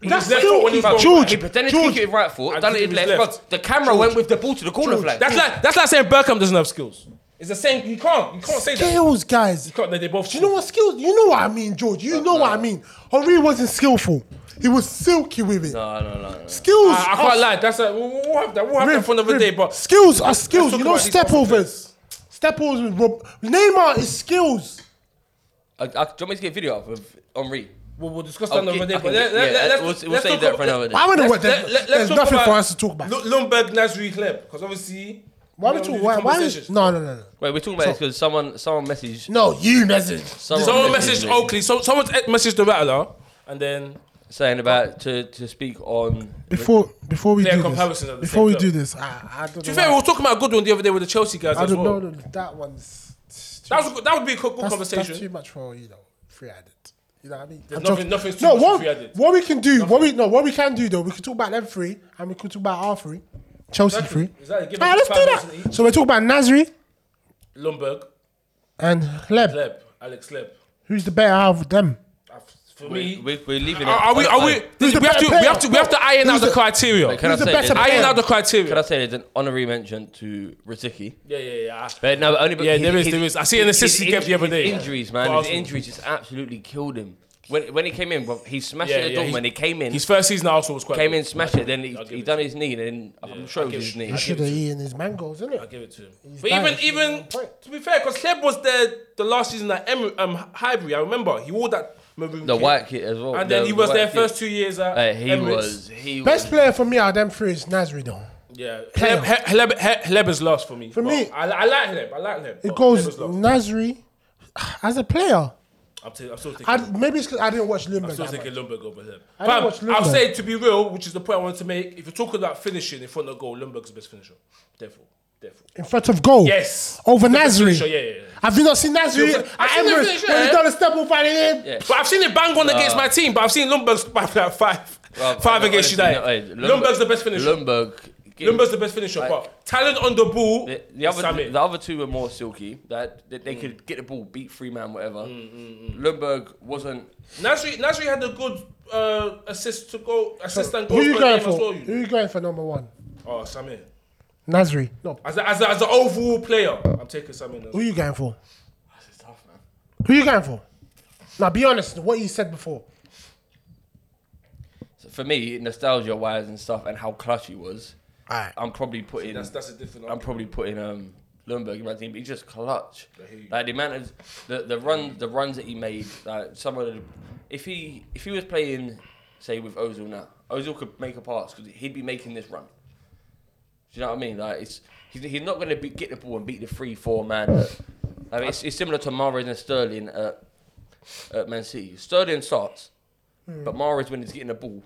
he
That's
was left
still-
foot when he was going
George,
right. He pretended to
George.
kick it with right foot.
And
Done it
kicked
with
it
left.
with
Bro,
left.
the camera went with the ball to the corner flag.
That's like that's like saying Burkham doesn't have skills. It's the same. You can't. You can't say that. You
Skills, guys.
can't. They, they both.
Do you know what skills? You know what I mean, George. You know what I mean. Henri wasn't skillful. He was silky with it.
no, no, no, no.
Skills.
I, I
are-
can't lie. That's like we'll, we'll have that. We'll have that
Riv,
for another
Riv,
day. But
skills are skills.
talk
You know
about these Arsenal
stepovers. Stepovers. with Rob- Neymar is skills.
I, I, do you want me to get a video up of Henri?
we'll, we'll discuss that
I'll
another
get-
day.
I
But
can
let,
get-
let,
yeah,
let,
we'll-
let's,
we'll
let's
save
talk
that
about-
for another day.
I wonder what.
Let,
There's, there's
let, let's talk
nothing
about
for us to talk about.
Lu- Lundberg, Nasri, Kleb, because obviously.
why are we
you know,
talking?
these
Why? why
conversations.
is, no, no, no, no.
Wait, we're talking about this because someone someone messaged.
No, you message.
Someone,
Someone messaged
me
Oakley. So, someone eh, messaged the Rattler, and then
saying about to, to speak on.
Before before we
Player
do
comparisons
this,
at the
before
same
we
time.
do this, I, I don't
To be
know.
fair, we were talking about a good one the other day with the Chelsea guys
I
as
don't
well.
know that that one's.
That, was, a good- that would be a good, good
that's,
conversation.
That's too much for you know free added. You know what I mean?
There's
I'm
nothing-
joking.
nothing's too
no,
much for
what,
free-handed.
what we can do, what we no, what we can do though, we can talk about them three, and we could talk about our three, Chelsea
Exactly.
three.
Exactly. Give
Alright,
us
let's
five
do
minutes
that. So we're talking about Nasri
Lundberg,
and Leb.
Leb, Alex Leb.
Who's the better out of them?
I- For
We,
me,
we, we're leaving.
are, are we? Are we?
Who's the
we, have to,
better
we have to.
player?
We have to iron out the criteria.
Can I
Who's the
say
better
there's-
player?
Iron out the
Can I
criteria.
say there's an honorary mention to Riziki?
Yeah, yeah, yeah.
But Uh, no, but only
Yeah,
his-
there is,
his-
there is. I see an assist
his
he gave
inj-
the other
his
day.
Injuries,
For
man. His
Arsenal.
injuries just absolutely killed him. When, when he came in, bro, he smashed
Yeah,
it at
yeah,
Dortmund.
he's-
he came in,
His first season at Arsenal was quite
came
good.
in, smashed it. Then he,
I'll give
he
it
done
to
his knee. Then I'm sure
I'll
it
give
was his
it-
knee.
He should have eaten his mangoes, isn't
I'll
it?
give it to him.
He's
But
bad.
even even to be fair, because Kleb was there the last season at Emer- um, Highbury. I remember he wore that maroon
The
kit.
white kit as well.
and then
The-
he
the
was
white
there
kit.
first two years at
Uh, he
Emirates.
was. He
Best
was.
player for me out of them three is Nasri though.
Yeah,
Player.
Hleb, He- Hleb, He- Hleb is last for me. For
me-
I, I like Hleb. I like Hleb.
It
but Hleb
goes
is last.
Nasri as a player.
I'm, t- I'm still thinking.
I, maybe it's because I didn't watch Limburg.
still
that
thinking
much.
Lundberg over him.
I don't
Fam,
watch
I'll
Lundberg.
say to be real, which is the point I wanted to make. If you're talking about finishing in front of goal, Lundberg's the best finisher. Therefore, therefore,
In front of goal.
yes.
Over
The best
Nasri.
finisher, yeah, yeah, yeah.
Have you not seen Nasri
Yeah,
at
but- I've seen
Emirates
Nasri,
when
yeah.
he done a step off and in?
Yeah.
But I've seen it bang on against my team. But I've seen Lundberg's by like five,
Well,
five
no,
against
honestly,
United.
no, hey, Lundberg-
Lundberg's the best finisher.
Lundberg.
Lundberg's the best finisher. but talent on the ball,
The, the
the
other, the other two were more silky. That that
Mm.
they could get the ball, beat three man, whatever. Lundberg wasn't.
Nasri, Nasri had a good uh, assist to go, assist and
Who
goal
you
for the
going
game as well.
for?
You.
Who you going for number one?
Oh, Samir.
Nasri. No.
As a, as a, as an overall player, I'm taking Samir.
Who
Nasri.
you going for?
This is tough, man.
Who you going for? Now be honest. What you said before.
So for me, nostalgia wise and stuff, and how clutch he was,
Alright.
I'm probably putting.
That's that's a different.
I'm probably putting um Lundberg in my team. But he's just clutch.
hear you.
Like the amount of the the run the runs that he made. Like some of the, if he if he was playing say with Ozil now, Ozil could make a pass because he'd be making this run. Do you know what I mean? Like it's he's, he's not going to be get the ball and beat the three four man. that- I mean, it's, it's similar to Mahrez and Sterling at, at Man City. Sterling starts, but Mahrez when he's getting the ball.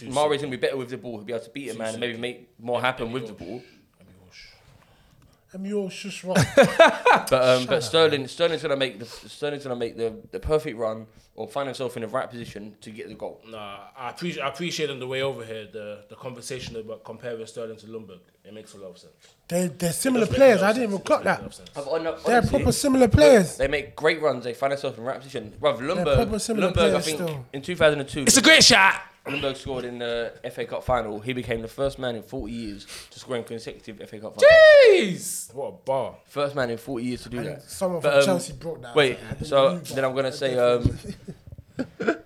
Mahrez gonna be better with the ball. He'll be able to beat a man and maybe make more happen with the ball.
I'm yours, just wrong.
But um, but Sterling Sterling's gonna make the Sterling's gonna make the, the perfect run or find himself in the right position to get the goal.
Nah, I appreciate I appreciate on the way over here the the conversation about comparing Sterling to Lundberg. It makes a lot of sense.
They, they're similar
Does make
players.
a lot
I
of
didn't even
sense.
clock
Does make a lot
that.
of sense.
I've, I know-
They're
honestly,
proper similar players.
They make great runs. They find themselves in the right position. Rather Lundberg,
proper similar
Lundberg I
players
think
still.
in 2002,
It's a great shot.
Lundberg scored in the FA Cup final. He became the first man in 40 years to score in consecutive FA Cup finals.
Jeez, what a bar.
First man in 40 years to do that.
Someone
But,
from
um,
Chelsea brought that.
Wait,
I didn't
so
believe
then
that.
I'm gonna say,
definitely-
um,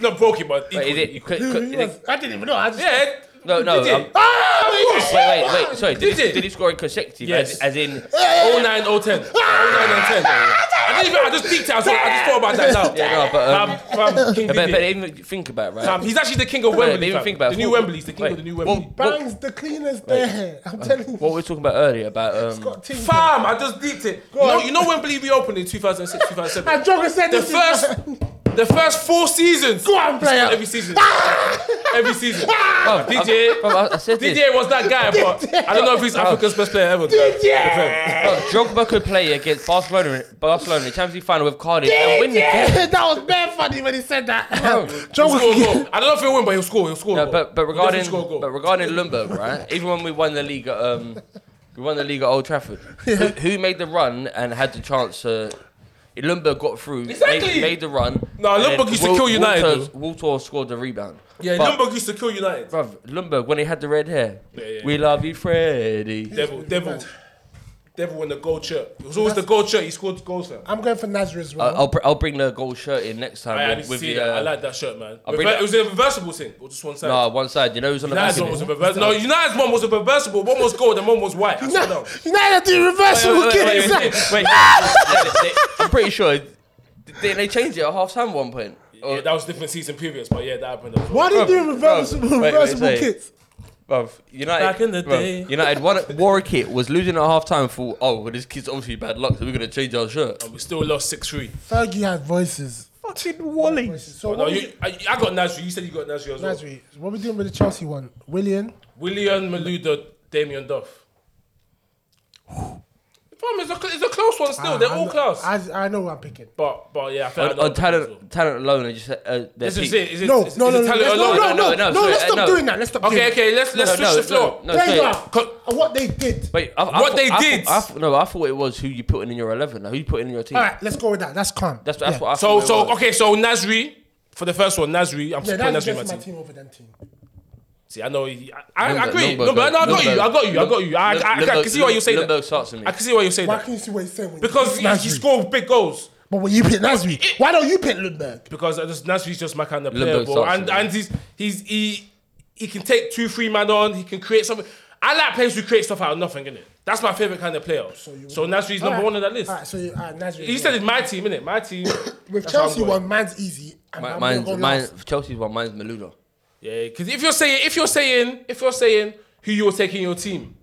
Not broken, but
wait,
equally-
is it? could-
Who-
could-
who
is
was-
it-
I didn't even know. I just,
Yeah.
No, no,
Did
um,
it? Ah,
Wait, wait, wait. Sorry, did,
Did
he,
it?
did he score in consecutive?
Yes.
As, as in,
Oh nine, oh ten. Oh nine, oh ten. I didn't even. I just peeked out. I just- I just thought about that now.
yeah, no, but um,
Fam, fam, King
Yeah, but,
Diddy.
but even think about it, right?
Fam, he's actually the king of Wembley.
but even
fam.
think about
the
it,
new
football-
Wembley. He's the king of
wait,
the new
well,
Wembley.
Bangs, the cleaners there. I'm telling you.
what we were talking about earlier about um,
Got team.
Fam, I just deeped it. You know,
on.
you know Wembley reopened in 2006, 2007.
And Joker said
the
this is-
first, the first four seasons.
Go on, player. Ah!
Every season. every season. Oh,
Bruv,
DJ.
I, bruv, Oh, I- I said this.
DJ was that guy, but I don't know if he's Africa's best player ever.
Yeah.
Bruv, Drogba could play against Barcelona, Barcelona in the Champions League final with Cardiff and win the game.
Yeah, that was bare funny when he said that.
He'll
Joker
score a goal. I don't know if he'll win, but he'll score. He'll score. a
No,
goal.
but but
He'll definitely
regarding
score a goal.
but regarding Lundberg, right? Even when we won the league at um, we won the league at Old Trafford. Who, who made the run and had the chance to? Lundberg got through.
Exactly.
Made, made the run.
Nah,
and then
Lundberg used to
Wal-
kill United,
Walters- Walters scored the rebound.
yeah,
But-
Lundberg used to kill United.
Bruv, Lundberg, when he had the red hair,
Yeah, yeah.
we love you, Freddie.
Devil, devil, devil in the gold shirt. It was always the gold shirt. He scored goals for.
I'm going for Nasri as
I-
well.
I'll, br- I'll bring the gold shirt in next time.
I, I
with,
didn't
with
see
the,
that.
uh,
I like that shirt, man.
bring
Rever-
that-
it was a reversible thing, or just one side.
Nah, one side. You know who's on the back
United's
of
one was a
it?
reversible. No, United's one was a reversible. One was gold and one was white. I swear down.
Now they do reversible
Wait, wait, wait,
kicks.
wait, wait. They- they- they- I'm pretty sure. Didn't they change it at half time one point? Or,
Yeah, that was different season previous, but yeah, that happened. As well.
Why they do
Bruv, bruv,
reversible,
wait, wait,
reversible
wait.
kicks?
bruv, United,
Back in the
bruv,
day.
United won at Warwick. was losing at half time. For oh, well, this kid's obviously bad luck, so we're gonna change our shirt.
And we still lost six three.
Fergie had voices.
Fucking Wally.
So
No,
what we
you, I, I got Nasri. You said you got Nasri as well.
Nasri, what we doing with the Chelsea one? Willian,
William Maluda, Damien Duff. Fam, it's a, it's a close one still. They're
Ah, I
all
know-
close.
I, I know what I'm picking.
but but yeah, I feel
On,
like
on talent, talent alone, I just uh, their
This is
peak.
it. Is it
No,
is,
no,
is
no,
it
no,
talent
no, no, no,
alone?
No,
no,
no,
no,
sorry,
Let's
uh,
stop
no.
doing that. Let's stop.
Okay,
doing
okay. Let's let's
No,
switch
no,
the floor.
no, no.
That. There you
sorry.
go. And What they did.
Wait, I, I
What
thought,
they
I
did.
Thought, I, thought- no, I thought it was who you putting in your eleven. Like, who you putting in your team?
All right, let's go with that. That's calm.
That's that's
yeah.
what I
So
thought. it
so
was.
okay. So Nasri for the first one. Nasri. I'm
Yeah,
putting
that's
Nasri in
just
my
my
team.
team. over them team.
See, I know. He, I, I
Lundberg,
agree.
Lundberg,
No, but no, I got you. I got you. I
Lundberg,
got you. I, I, I, I can see why you say
Lundberg
that.
starts in me.
I can see why you say
Why
that
can't you see what he's saying? When
because he,
Nasri.
he scored big goals.
But when you pick Nasri, why don't you pick Lundberg?
because I just Nasri's just my kind of player,
Lindbergh's
bro.
sucks,
And
yeah.
and he's he's he he can take two three man on. He can create something. I like players who create stuff out of nothing, innit? That's my favorite kind of player. So, Nasri's number one on that list.
All right, so all right, Nasri.
He said it's my team, innit? My team.
with
That's how I'm
Chelsea
going.
one, man's easy. And
Mi-
I'm gonna
Mine's,
go
mine,
last.
Chelsea's one. Mine's Meludo.
Yeah, because if you're saying if you're saying if you're saying who you're taking your team,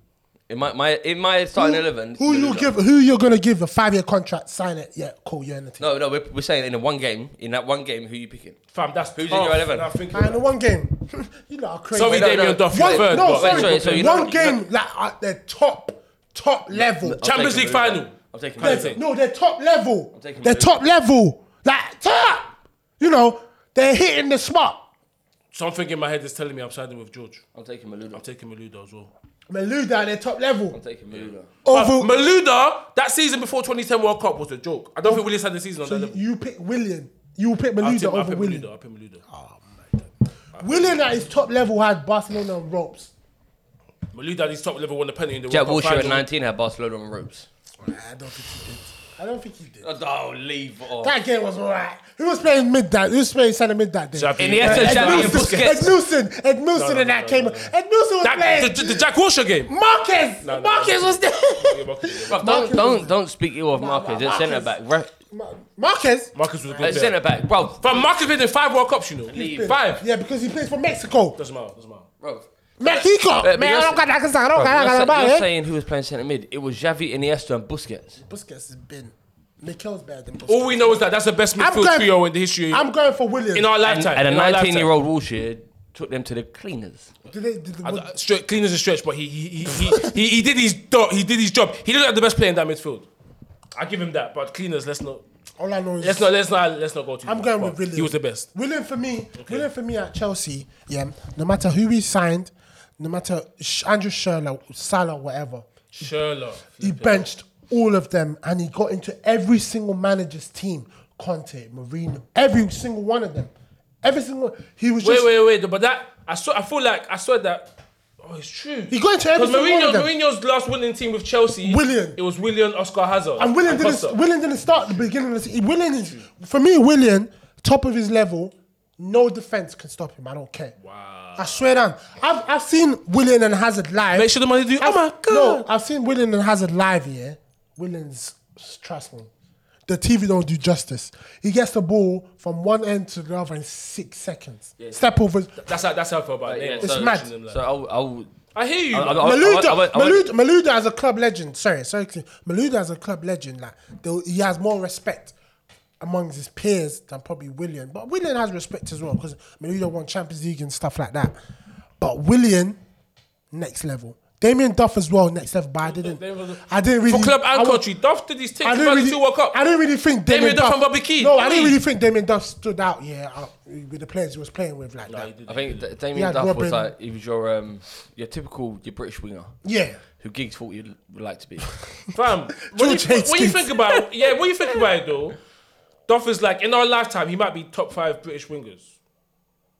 In my, my in my starting eleven.
Who you
Meludo.
give? Who you're gonna give a five year contract? Sign it. Yeah, cool. You're in the team.
No, no. We're, we're saying in the one game. In that one game, who you picking?
fam, that's
Who's in
tough.
your 11?
And I'm thinking
And the
that.
one game, you know, are crazy.
Sorry,
no,
Damien
no.
Duff, you're
one,
third.
no,
but-
sorry,
sorry, so you
one
know-
game like at the top, top level.
I'll
Champions
take
League
Meludo.
final.
I'm taking
Can't
Meludo.
take-
No, they're top level.
taking
They're
Malouda.
top level. Like top. You know, they're hitting the spot.
something in my head is telling me I'm siding with George.
I'm taking Meludo.
I'm taking Maluda as well.
Maluda at their top level.
I'm taking Meludo.
Over.
Maluda that season before 2010 World Cup was a joke. I don't think Willis had the season on
so you,
that level.
you pick William. You pick
I'll
Maluda
take- I'll
over
pick
William.
Maluda. I'll pick Maluda.
William at his top level had Barcelona on ropes.
Maluda at his top level won the penalty in the
Jack
World
Wilshere
Cup
at
final.
19 had Barcelona on ropes.
I don't think he did. I don't think he did.
Oh, leave off.
That game was alright. Who was playing mid that? Who was playing centre mid that day?
Xavi.
Iniesta,
Ed
Xavi, and
Nilsson, Ed
Busquets.
Nilsson, Ed Nilsson,
no,
and
no,
that
no,
came.
no,
on. Ed Nilsson was
That,
playing.
the, the Jack Wilshere game.
Marquez,
No, no,
Marquez
no.
was there.
Marcus
Don't
Marcus
don't don't speak ill of Marcus. At
Marcus.
centre back, right?
Ma- Marquez.
was a
At
good player.
centre back, bro.
But Marcus played in five World Cups, you know.
Leave.
Five.
Yeah, because he plays for Mexico.
Doesn't matter. Doesn't matter.
Bro,
Mexico.
Eh,
but
Man, I
you're
don't
sa-
got that concern. I don't
bro,
got
you're,
that
sa- you're
about it.
saying who was playing centre mid? It was Xavi, Iniesta, and Busquets.
Busquets has been. Mikel's better than
All
Busquets.
we know is that that's the best midfield
going-
trio in the history
I'm going for Williams.
in our lifetime.
And a
in our
19 year
lifetime.
old Wilshere took them to the cleaners.
Did they, did they,
I- I- Stretch, clean as a stretch, but he he he, he, he, he did his do- he did his job. He looked like the best player in that midfield. I give him that, but cleaners, let's not
all I know is
let's not let's not let's not go too.
I'm
far,
going
but
with William.
He was the best.
William for me. William for me at Chelsea. Yeah. No matter who we signed, no matter Sh- Andrew Schürrle, Salah, whatever,
Sherlock.
he benched all of them, and he got into every single manager's team. Conte, Marino, every single one of them. Every single he was
Wait,
just
wait, wait. But that I saw. I feel like I saw that. Oh, it's true.
He got into every
Because
single one
Mourinho,
of them.
Mourinho's last winning team with Chelsea.
Willian.
It was William, Oscar Hazard,
And Willian didn't,
Costa.
Willian didn't start at the beginning of the season. Willian is, for me, Willian, top of his level, no defense can stop him. I don't care. Wow. I swear down. I've, I've seen Willian and Hazard live.
Make sure the money do. Oh
I've-
my god.
No, I've seen Willian and Hazard live here. Willian's, trust me, the TV don't do justice. He gets the ball from one end to the other in six seconds. Step over.
That's how that's how I felt about it.
yeah,
They
It's
were
mad.
watching them like-
So I'll. I'll
I hear you.
I'll-
man.
I'll-
Maluda,
I went- I went-
Maluda, Maluda as a club legend. Sorry, sorry. Cl- Maluda as a club legend, like they'll- he has more respect amongst his peers than probably William. But William has respect as well because Maluda won Champions League and stuff like that. But William, next level. Damien Duff as well, next level. But I didn't,
Damien Duff-
I didn't really
for club
I
and
wa-
country, Duff did his thing.
I
He
didn't
managed
really,
to World Cup.
I didn't really think Damien,
Damien Duff and Bobby Keane.
No, I didn't
Hey.
really think Damien Duff stood out. Yeah, uh, with the players he was playing with like
Nah,
that.
he didn't.
I think that
He
Damien
had
Duff
Robin.
was like he was your um your typical your British winger
Yeah,
who gigs thought you'd would like to be.
Fam, when,
George
you,
hates
when you
kids.
think about yeah, when you think about it though, Duff is like in our lifetime he might be top five British wingers.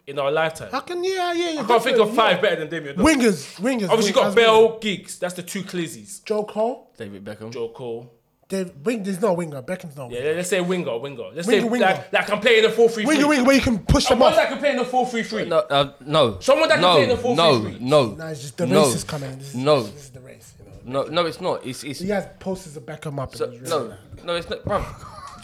In our lifetime,
I can. Yeah, yeah.
I can't think of five better than Damien Duff.
Wingers, wingers.
Obviously, you got
wingers.
Bell, Giggs. That's the two Clizzies.
Joe Cole.
David Beckham.
Joe Cole.
They wing. There's no winger. Beckham's no
Yeah,
winger.
let's say winger, winger. Let's
Winger,
say
winger.
like like I'm playing a four three three.
Winger, winger, where you can push
And
them
once
off.
I can play in a four three three.
No, uh, no.
Someone that can
no,
play the full
No,
free streak.
no,
Nah, it's just the
no,
race is coming. This is,
No,
this is the race. You know.
no, no. It's not. It's it's
He has posters of Beckham up.
So,
in his room.
no, no, it's not, bro.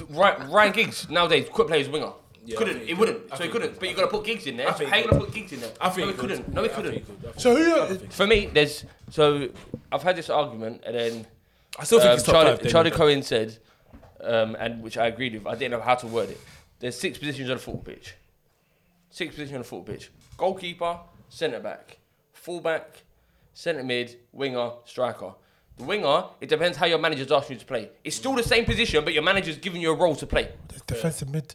Ryan, Ryan Giggs nowadays could play as winger.
Yeah, I
couldn't,
think
he
he
wouldn't.
could. I
So he
think
couldn't.
he
but you gotta put Giggs in there.
I think
How
he
you
could.
gonna put Giggs in there?
I think
no, he
could.
couldn't. No, he
I think
couldn't.
could. I think-
So who? uh, Are,
For me, there's so I've had this argument, and then
I still think
um,
he's top
Charlie,
five. Damien
Charlie
Duff.
Cohen said, um, and which I agreed with. I didn't know how to word it. There's six positions on the football pitch. Six positions on the football pitch: goalkeeper, centre back, full back, centre mid, winger, striker. The winger, it depends how your manager's asking you to play. It's still the same position, but your manager's giving you a role to play.
There's defensive mid.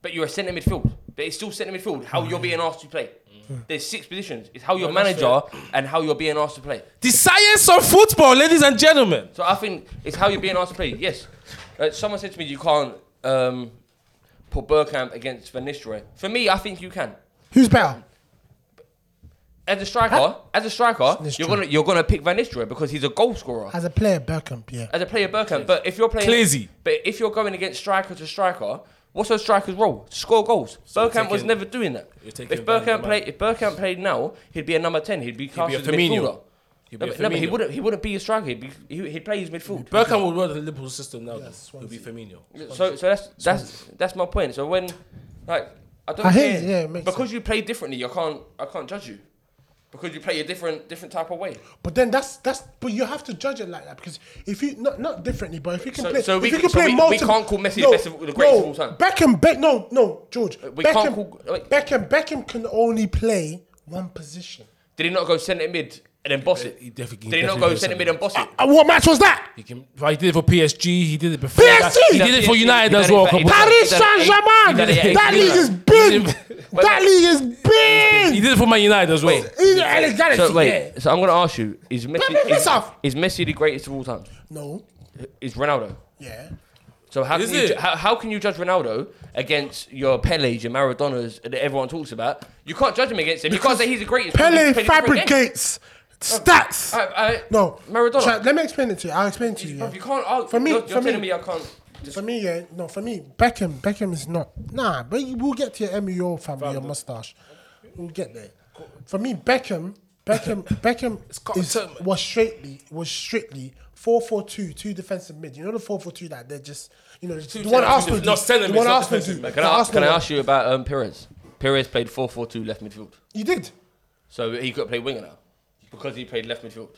But you're a centre midfield. But it's still centre midfield. How you're being asked to play. There's six positions. It's how your
Mm. that's
manager and how you're being asked to play.
The science of football, ladies and gentlemen.
So I think it's how you're being asked to play. Yes. Uh, someone said to me, you can't um, put Burkamp against Van Nistelrooy. For me, I think you can.
Who's better?
as a striker, as a striker,
Nistelrooy.
you're gonna you're gonna pick Van Nistelrooy because he's a goal scorer.
As a player, Bergkamp, yeah.
As a player, Burkham. But if you're playing,
Clearsy.
but if you're going against striker to striker, what's a striker's role? Score goals.
you're
Burkham was
taking-
never doing that.
you're
If
taking Van
Burkham
Dijk.
played, if Burkham played now, he'd be a number ten. He'd be classed
be a
as a
Firmino.
midfielder.
He'd
No,
be a
but, no, but he
Firmino.
wouldn't. He wouldn't be a striker. He'd, be, he, he'd play his midfield.
Bergkamp would run the Liverpool system now. though. He'll
Swansea.
be Firmino.
So, so that's that's that's my point. So when, like, I don't
I hear
care
you, yeah, it makes
because you play differently. I can't I can't judge you because you play a different different type of way.
But then that's that's. But you have to judge it like that because if you not not differently, but if you can
So-
play,
so
if
we
you
can-
can
so
play
we- we
multiple,
can't call Messi the best of- the greatest
no,
of all time?
Beckham, Be- no, no, George.
we
Beckham,
can't call- wait.
Beckham, Beckham can only play one position.
Did he not go centre mid and then boss it?
He definitely-
Did he not
definitely
go
goes
centre
centre
mid and boss it?
And Uh, what match was that?
He can. Well, he did it for PSG. He did it before.
PSG?
that. He did it for
He
United
done
as
it
well.
for-
couple-
he done
Paris
it at
Saint
eight- he
Germain.
done it at
That
eight
league is
years.
big.
But-
That league is
He
big.
did it for Man United as well.
He's an Alex Galaxy,
So wait,
yeah.
so I'm gonna ask you: Is
Baby, piss
Messi
off.
is, is Messi the greatest of all time?
No.
Is Ronaldo?
Yeah.
So how
Is
can, you,
it?
ju- how, how can you judge Ronaldo against your Pele's, your Maradonas that everyone talks about? You can't judge him against him. You can't say he's the greatest. because
Pele
he's played different games.
fabricates stats.
I- I-
no,
uh, Maradona.
Tra- let me explain it to you. I'll explain it to you.
Bruv,
yeah.
You can't argue.
For me,
you're,
for
you're
me-
telling me I can't. Just,
For me, yeah, no, for me, Beckham, Beckham is not. Nah, but you- we'll get to your MEO family, your mustache. We'll get there. For me, Beckham, Beckham, Beckham
got a
is,
term.
was strictly was strictly four four two, two defensive mid. You know the four four two that they're just, you know, the one
centre-
Arsenal
no,
do,
centre
the
mid,
one
not
Arsenal
defensive
do.
mid.
can,
the
I,
Arsenal
can I
one.
ask you about um, Perez? Perez played 4 4 2 left midfield.
You did.
So he could play winger now because he played left midfield.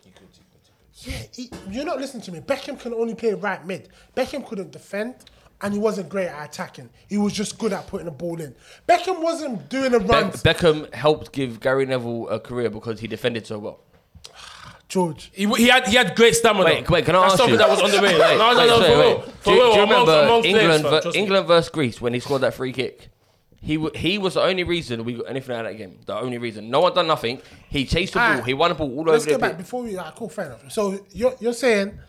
Yeah, he, you're not listening to me. Beckham can only play right mid. Beckham couldn't defend, and he wasn't great at attacking. He was just good at putting the ball in. Beckham wasn't doing the
Be-
runs.
Beckham helped give Gary Neville a career because he defended so well.
George,
He, he had he had great stamina.
Wait, wait, can I
That's
ask
something
you?
that was underrated.
Wait,
no, no,
wait,
no,
sorry,
for
wait.
real, for real.
do, do you
amongst-
remember
amongst
England,
players, fam,
ver-
trust me.
England versus Greece when he scored that free kick? He w- he was the only reason we got anything out of that game. The only reason. No one done nothing. He chased the
Ah,
All
ball.
right.
He won the ball all
let's
over
go
the
back
place.
before we. Like, cool, fair enough. So you're you're saying,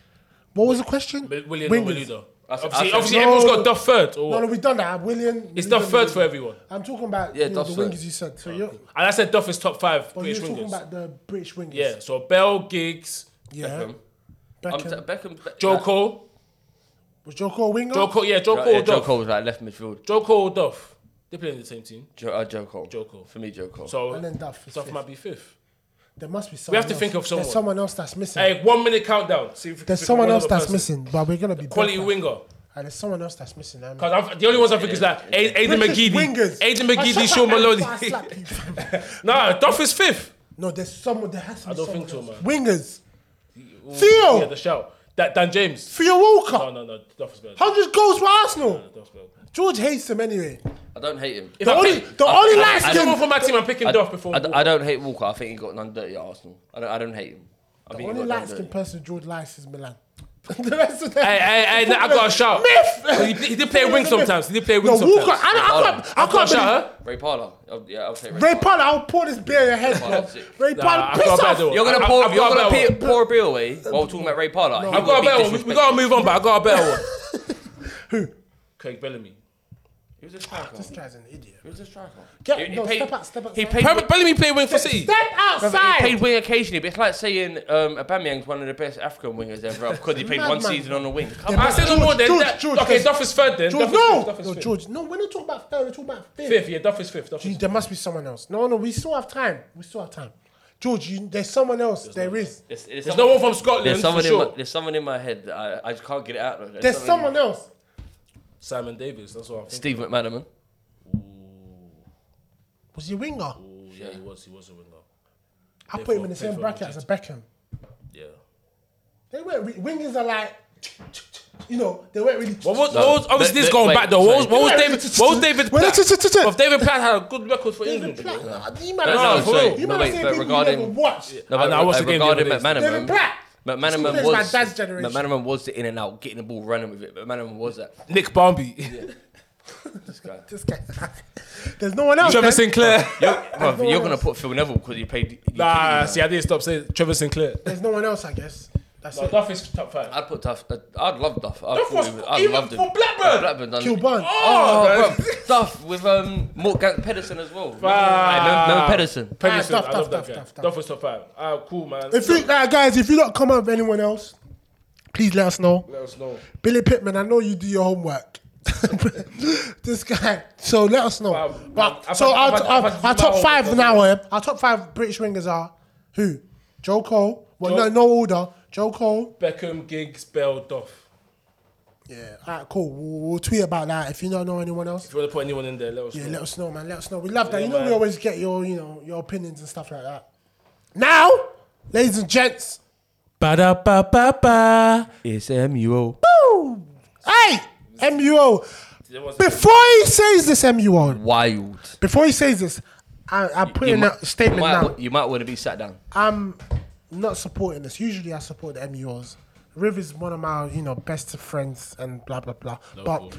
what was the question?
But Willian
Wingers.
or Willudo?
I said-
Obviously,
I said-
obviously
No,
everyone's
no.
got Duff third. Or
No,
what?
no, we've done that. William.
It's Duff third for everyone.
I'm talking about
Yeah,
you know, the
Duff's third.
wingers you said. So you're,
And I said Duff is top five
but
British
you're talking
wingers.
about the British wingers.
Yeah, so Bell, Giggs,
yeah.
Beckham. I'm
Beckham.
t- Um, Beckham Be-
Joe
like-
Cole.
was Joe Cole a winger?
Joe Cole, yeah, Joe
Yeah,
Cole,
Joe
Duff.
Cole was like left midfield.
Joe Cole, Duff. They play in the same team.
Joe, uh, Joe Cole.
Joe Cole.
For me, Joe Cole.
So
And then Duff is
Duff
fifth.
might be fifth.
There must be someone.
have to
else.
think of someone.
There's someone else that's missing.
Hey, one minute countdown. See if we can
There's
pick
someone
one
else
other
that's
person.
missing, but we're gonna be
Quality
back.
winger.
And there's someone else that's missing. I mean.
Because I'm- the only ones I think is like A- Aiden
British
McGeady.
wingers.
Aiden
I shut
McGeady,
up,
Sean
man,
Maloney.
before I slap you, fam.
Nah, Duff is fifth.
no, there's someone. There has to be
I don't
someone
think so,
else. Wingers. Theo.
Yeah, the shout. That Dan James.
Theo Walker.
No, no, no. Duff is better.
Hundred goals for Arsenal.
Duff's better.
George hates him anyway.
I don't hate him.
The
I
only,
pick-
the only
I-
light
I-
Someone
skin,
from my team, I'm picking
I,
Duff before.
I,
Walker.
I don't hate Walker. I think he got none dirty at Arsenal. I don't, I don't hate him. I
the
think he
only
got none
light
dirty.
skinned person George likes is Milan. the rest of them.
Hey, hey, hey, nah, I got a shout.
Myth.
He, he did play wing sometimes. He did play
No,
wing sometimes.
Walker. I, don't- I can't. I
Got a
can't
shout,
believe.
huh?
Ray Parlour. Oh, yeah, I'll take Ray,
Ray
Parlour.
Parler, I'll pour this beer in your head, bro.
that's it.
Ray
Nah,
Parler,
I've
piss
got a
off.
better one.
You're gonna
I-
pour,
I've
you're
got a
gonna
better
pe- pour a beer away while talking about Ray Parlour.
I've got a better one. We, we gotta move on, but I got a better one. Who? Craig Bellamy.
He was a striker.
This guy's an idiot.
He was a striker.
Get-
He- he
no,
played-
step out, step out,
He
step
played,
Pe- Bellamy played wing for City.
Step
he
outside.
played wing occasionally, but it's like saying um, Aubameyang's one of the best African wingers ever because he played one
Madman.
season on the wing. Come
I
on.
said no
George,
more then.
George,
that-
George,
okay,
George.
Duff is third then.
George,
Duff Is,
no,
Duff is
no,
fifth.
George, no. We're not talking about third. We're talking about fifth.
fifth. Yeah, Duff is fifth. Duff is
Dude,
fifth.
There must be someone else. No, no. We still have time. We still have time. George, you, there's someone else. There is.
There's, there's
There's
someone-
no one from Scotland.
there's someone
for
in
sure.
my, there's someone in my head that I, I just can't get it out. Of.
There's someone else.
Simon Davis. That's what I think.
Steve McManaman.
Was he a winger?
Oh, yeah, he was. He was a winger.
I put him in the same
Therefore,
bracket as a Beckham.
Yeah.
They weren't re- wingers are like, you know, they weren't really.
What was,
No,
what was obviously
but-
this
but-
going
wait,
back though? What was,
sorry.
what was David? What was David?
Well,
Platt?
it's- it's- it's- it's-
If David Platt had a good record for
David
England, you
Platt.
know.
Nah, You might
No,
have
no,
seen
sorry.
people- you
No,
might
wait,
have seen
but
people you
regarding-
never watched.
No,
And I
but
was
uh,
the game the other
regarding
day.
David
McManaman,
Platt. This
McManaman
is my
was
dad's generation.
McManaman was the in and out, getting the ball, running with it. McManaman was that.
Nick Barmby,
This guy.
This guy. There's no one else.
Trevor
then.
Sinclair.
Bruv, you're gonna put Phil Neville because he played.
Nah, see, I didn't stop saying Trevor Sinclair.
There's no one else, I guess. That's
No,
it.
Duff is top
Ah,
five.
I'd put Duff. Uh, I'd love Duff. I'd,
Duff
thought
was-
he was- I'd
even
loved him.
for Blackburn!
Blackburn done.
Kilburn.
Oh,
Oh,
bro, Duff with um, Morgan Pedersen as well.
Ah.
Remember, remember Pedersen?
Pedersen,
Duff,
I
Duff,
love that
Duff,
guy.
Duff, Duff.
Duff is top five. Ah, cool, man.
If you, uh, guys, if you don't come up with anyone else, please let us know.
Let us know.
Billy Pittman, I know you do your homework. this guy. So let us know.
Wow.
but
I've
so
had-
our,
I've had-
our,
I've had
our top
Zuma
five
over-
now. eh, Our top five British wingers are who? Joe Cole. Well,
Joe-
no, no order. Joe Cole.
Beckham, Giggs, Bell, Duff.
Yeah. All right, cool. We'll, we'll tweet about that. If you don't know anyone else,
If you want to put anyone in there, let us
yeah,
know.
let us know, man. Let us know. We love that.
Yeah,
you know, we
man.
always get your, you know, your opinions and stuff like that. Now, ladies and gents.
Ba da ba ba ba. It's MUO.
Woo! Hey, MUO.
There was-
Before he says this, MUO.
Wild.
Before he says this, I, I put in
might-
a statement
you might,
now.
You might want to be sat down.
I'm not supporting this. Usually, I support the MUOs. Riv is one of my, you know, best friends and blah blah blah. but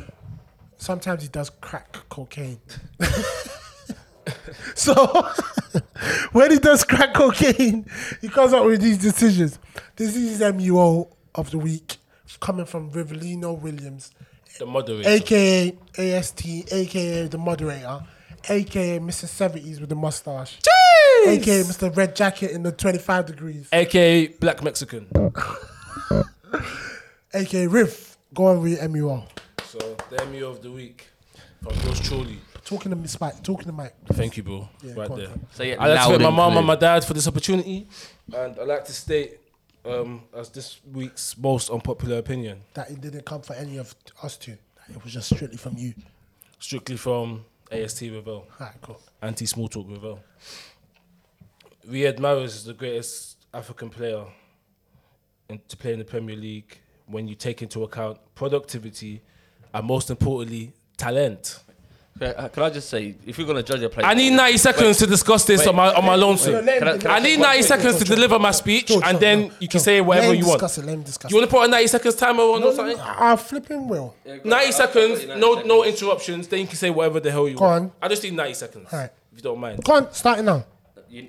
sometimes he does crack cocaine. so when he does crack cocaine, he comes up with these decisions. This is his MUO of the week, coming from Rivelino Williams
The moderator.
aka AST, aka the moderator, aka Mr. Seventies with the mustache, aka Mr. Red Jacket in the 25 degrees,
AKA Black Mexican.
aka Riff. Go and read MUR.
So, the MU of the week from yours truly.
Talking to Miss Mike, talking to Mike.
Thank you, bro. right
go on,
there.
go on.
So, yeah,
I'd like to
loud
thank my
and
mum and
clear.
my dad for this opportunity. And I'd like to state um, as this week's most unpopular opinion,
That it didn't come for any of us two. It was just strictly from you.
strictly from AST Revel,
Alright, cool.
anti small talk Revel. Riyad Mahrez is the greatest African player in, to play in the Premier League when you take into account productivity and most importantly, talent.
Okay, uh, Can I just say, if you're going to judge a player.
I need 90 seconds to discuss this on my on my loan
No,
soon.
let him-
Can I- can
I need
Wait,
90
wait,
seconds
wait,
to
George,
deliver my
George,
speech,
George,
and
George,
then
no,
you can
George.
say whatever
Let him
you want.
Discuss
Do
it. Let him discuss
you want to put a 90 seconds timer on or
it.
something?
I flipping will.
90 seconds, no no interruptions, then you can say whatever the hell you
Go
want.
on.
I just need 90 seconds,
Alright.
if you don't mind.
Go on, start it now.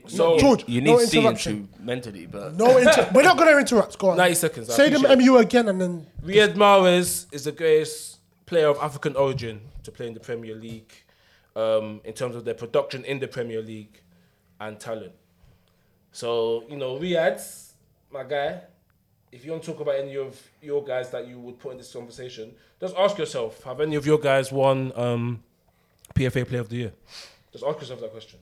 So,
George,
You need
no
seeing
interruption.
to mentally, but.
No inter- We're not going to interrupt. Go on.
90 seconds, I
Say the
appreciate it.
MU again and then
Riyad Mahrez is the greatest player of African origin to play in the Premier League um, in terms of their production in the Premier League and talent. So, you know, Riyad, my guy, if you want to talk about any of your guys that you would put in this conversation, just ask yourself have any of your guys won um, PFA Player of the Year? Just ask yourself that question.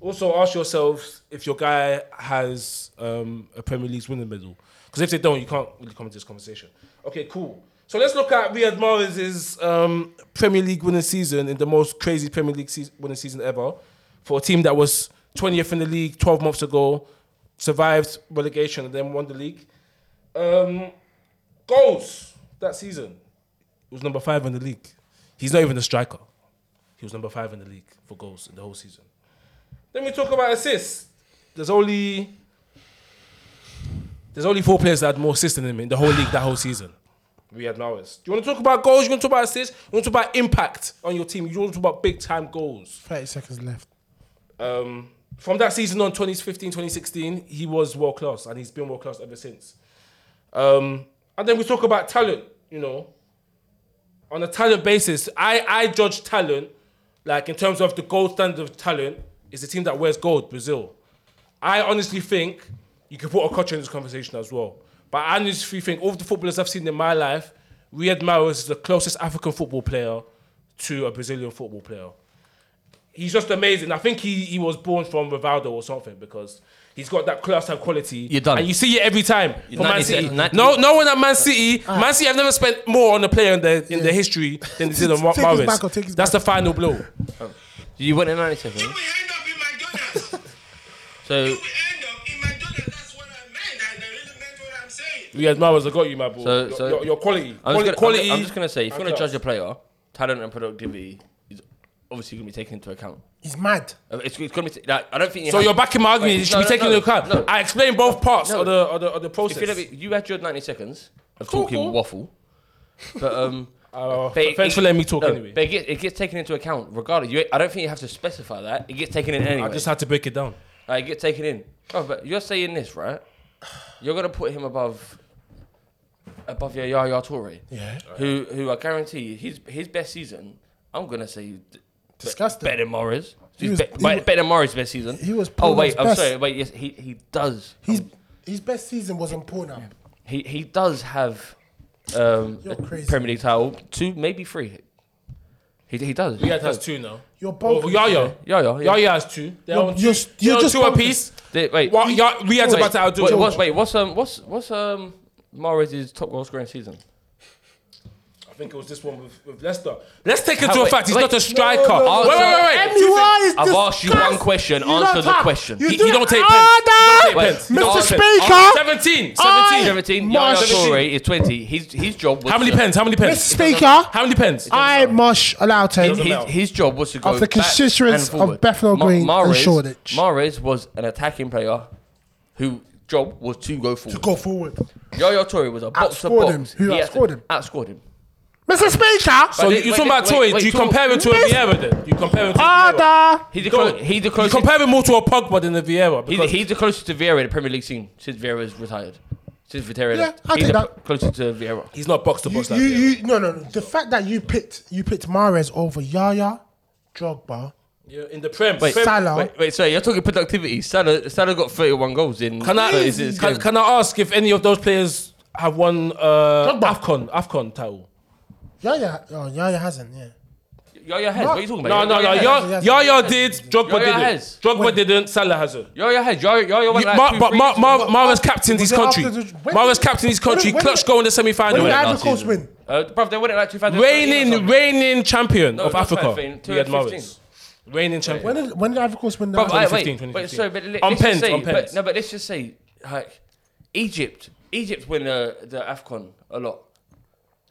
Also, ask yourself if your guy has um, a Premier League's winning medal. Because if they don't, you can't really come into this conversation. Okay, cool. So let's look at Riyad Mahrez's um, Premier League winning season in the most crazy Premier League seas winning season ever for a team that was 20th in the league 12 months ago, survived relegation and then won the league. Um, goals that season he was number five in the league. He's not even a striker. He was number five in the league for goals in the whole season. Then we talk about assists. There's only there's only four players that had more assists than him in the whole league that whole season. We had Mahrez. Do you want to talk about goals? You want to talk about assists? You want to talk about impact on your team? You want to talk about big time goals?
30 seconds left.
Um, from that season on, 2015, 2016, he was world class and he's been world class ever since. Um, and then we talk about talent, you know, on a talent basis. I, I judge talent, like in terms of the gold standard of talent, is the team that wears gold, Brazil. I honestly think you could put Okocha in this conversation as well. But I honestly think all of the footballers I've seen in my life, Riyad Mahrez is the closest African football player to a Brazilian football player he's just amazing. I think he, he was born from Rivaldo or something because he's got that class and quality.
You're done.
And you see it every time for Man
90
City.
seconds.
No, no one at Man City.
Ah.
Man City have never spent more on a player in their in their history than they did on Mark
Take his back or take
Maris.
his
That's the
back.
final blow.
You went in 90 seconds.
You will end up in McDonald's. you
So,
will end up in McDonald's. That's what I meant. I really meant what I'm saying.
Riyad Mahrez, I got you, my boy.
So-
your,
so-
your, your quality,
I'm
quali-
just, gonna, I'm,
quality.
I'm just gonna say, if you're
and
gonna
class.
judge a player, talent and productivity is obviously gonna be taken into account.
He's mad.
Uh, It's, it's gonna be. Like, I don't think. You
so
have,
you're backing my argument.
Wait,
you should
no,
be
no,
taking
no,
into account.
no.
I explained both parts
No.
of the of the, of the
If
process.
you're gonna be- you had your 90 seconds of
Talk,
talking
talk.
waffle, but um.
Uh,
but it-
thanks for letting me talk
no,
anyway.
But it gets, it gets taken into account regardless. You, I don't think you have to specify that. It gets taken in anyway.
I just had to break it down.
Like, it gets taken in. Oh, but you're saying this, right? You're gonna put him above above your Yaya Toure,
Yeah.
who who I guarantee his his best season. I'm gonna say d-
Disgusting.
better than Morris.
He was-
He's be-
he
but
wa-
better than Morris best season.
He was
Oh wait,
Poland's
I'm
best.
sorry. Wait, yes, he he does.
His his best season was in Pornhub.
He he does have um,
You're
a
crazy.
Premier League title, two maybe three. He he does.
Riyadh has two now.
You're
Oh,
bonkers.
Yaya.
Yaya, yeah.
Yaya has two. They're
You're-
on
you're-
two.
you're
They're on
just
two
bonkers.
apiece.
They- wait.
Well, Ya- Riyadh's
wait,
about to outdo
wait,
it.
what's, wait, what's um what's what's um Morris's top goal scoring season?
I think it was this one with, with Leicester. Let's take into
How-
a fact he's
wait.
not a striker.
No, no,
wait, wait,
no.
wait, wait.
Emmy, why is
I've asked you
disgust-
one question,
You don't
answer the
have-
question.
You
He, he don't take
Order!
pens.
Mr.
He don't take pens. He don't take pens.
Speaker!
17. 17.
I-
17,
Marsh.
Yaya Toure is 20. His, his job was
How many
to,
pens? How many pens?
Mr. Speaker.
How many pens?
I must allow
his,
him.
his, his job was to go
Of the
back and
constituents of
forward.
Bethnal
Ma-
Green and
Mahrez-
Shoreditch.
Mahrez was an attacking player whose job was to go forward.
Go forward.
Yaya Toure was a box to
Outscored
box.
him. Who
He had to-
outscored him?
Outscored him.
Mr. Speaker!
So you-
Wait, wait,
you're talking about
wait, wait,
Toy. Do you
wait,
compare him to a
Mr.
Vieira then? You compare him to a Vieira.
Order!
He's the,
Go.
clo- he's the
You
closest.
compare him more to a Pogba than a Vieira.
he's,
Because
he's the closest to Vieira in the Premier League scene since Vieira's retired. Since Vieira
Yeah,
left.
I'll
he's
take
the
that.
p- closest to Vieira.
he's not box to
You,
box like
you,
Vieira.
you, no, no, no. The fact that you picked you picked Mares over Yaya, Drogba,
You're in the Prem.
Wait,
Prem-
Salah.
Wait, wait, sorry, you're talking productivity. Salah, Salah got 31 goals in.
Can I,
30 since
can,
game.
can I ask if any of those players have won uh,
Drogba.
AFCON, AFCON title?
Yaya, oh, Yaya hasn't. Yeah.
Yaya has. What are you talking
No,
about?
no, no.
Yaya has.
Yaya,
has.
Yaya did, Drogba
Yaya
didn't.
has.
Drogba didn't, Salah hasn't.
Yaya has. Yaya, Yaya went
You-
like
Mar-
two,
but
three
Mar-
years
Mar-
ago.
Mara's captained
Was
his
it
country.
after the- when-
Mara's captained his
when-
country.
when-
Clutch goal in the semi
When
final.
did
went
Ivory
last
Coast
season.
win?
Uh, bruv, they won it like 2013 or
Reigning,
something.
reigning champion of
not
Africa.
2015,
Riyad
2015.
Mahrez. Reigning champion.
When did when did Ivory Coast win the?
Bruv, I- wait,
2015,
wait, sorry, but let,
On
let's just
pens,
say,
on
but,
pens.
no, but let's just say, like, Egypt, Egypt win the, the Afcon a lot.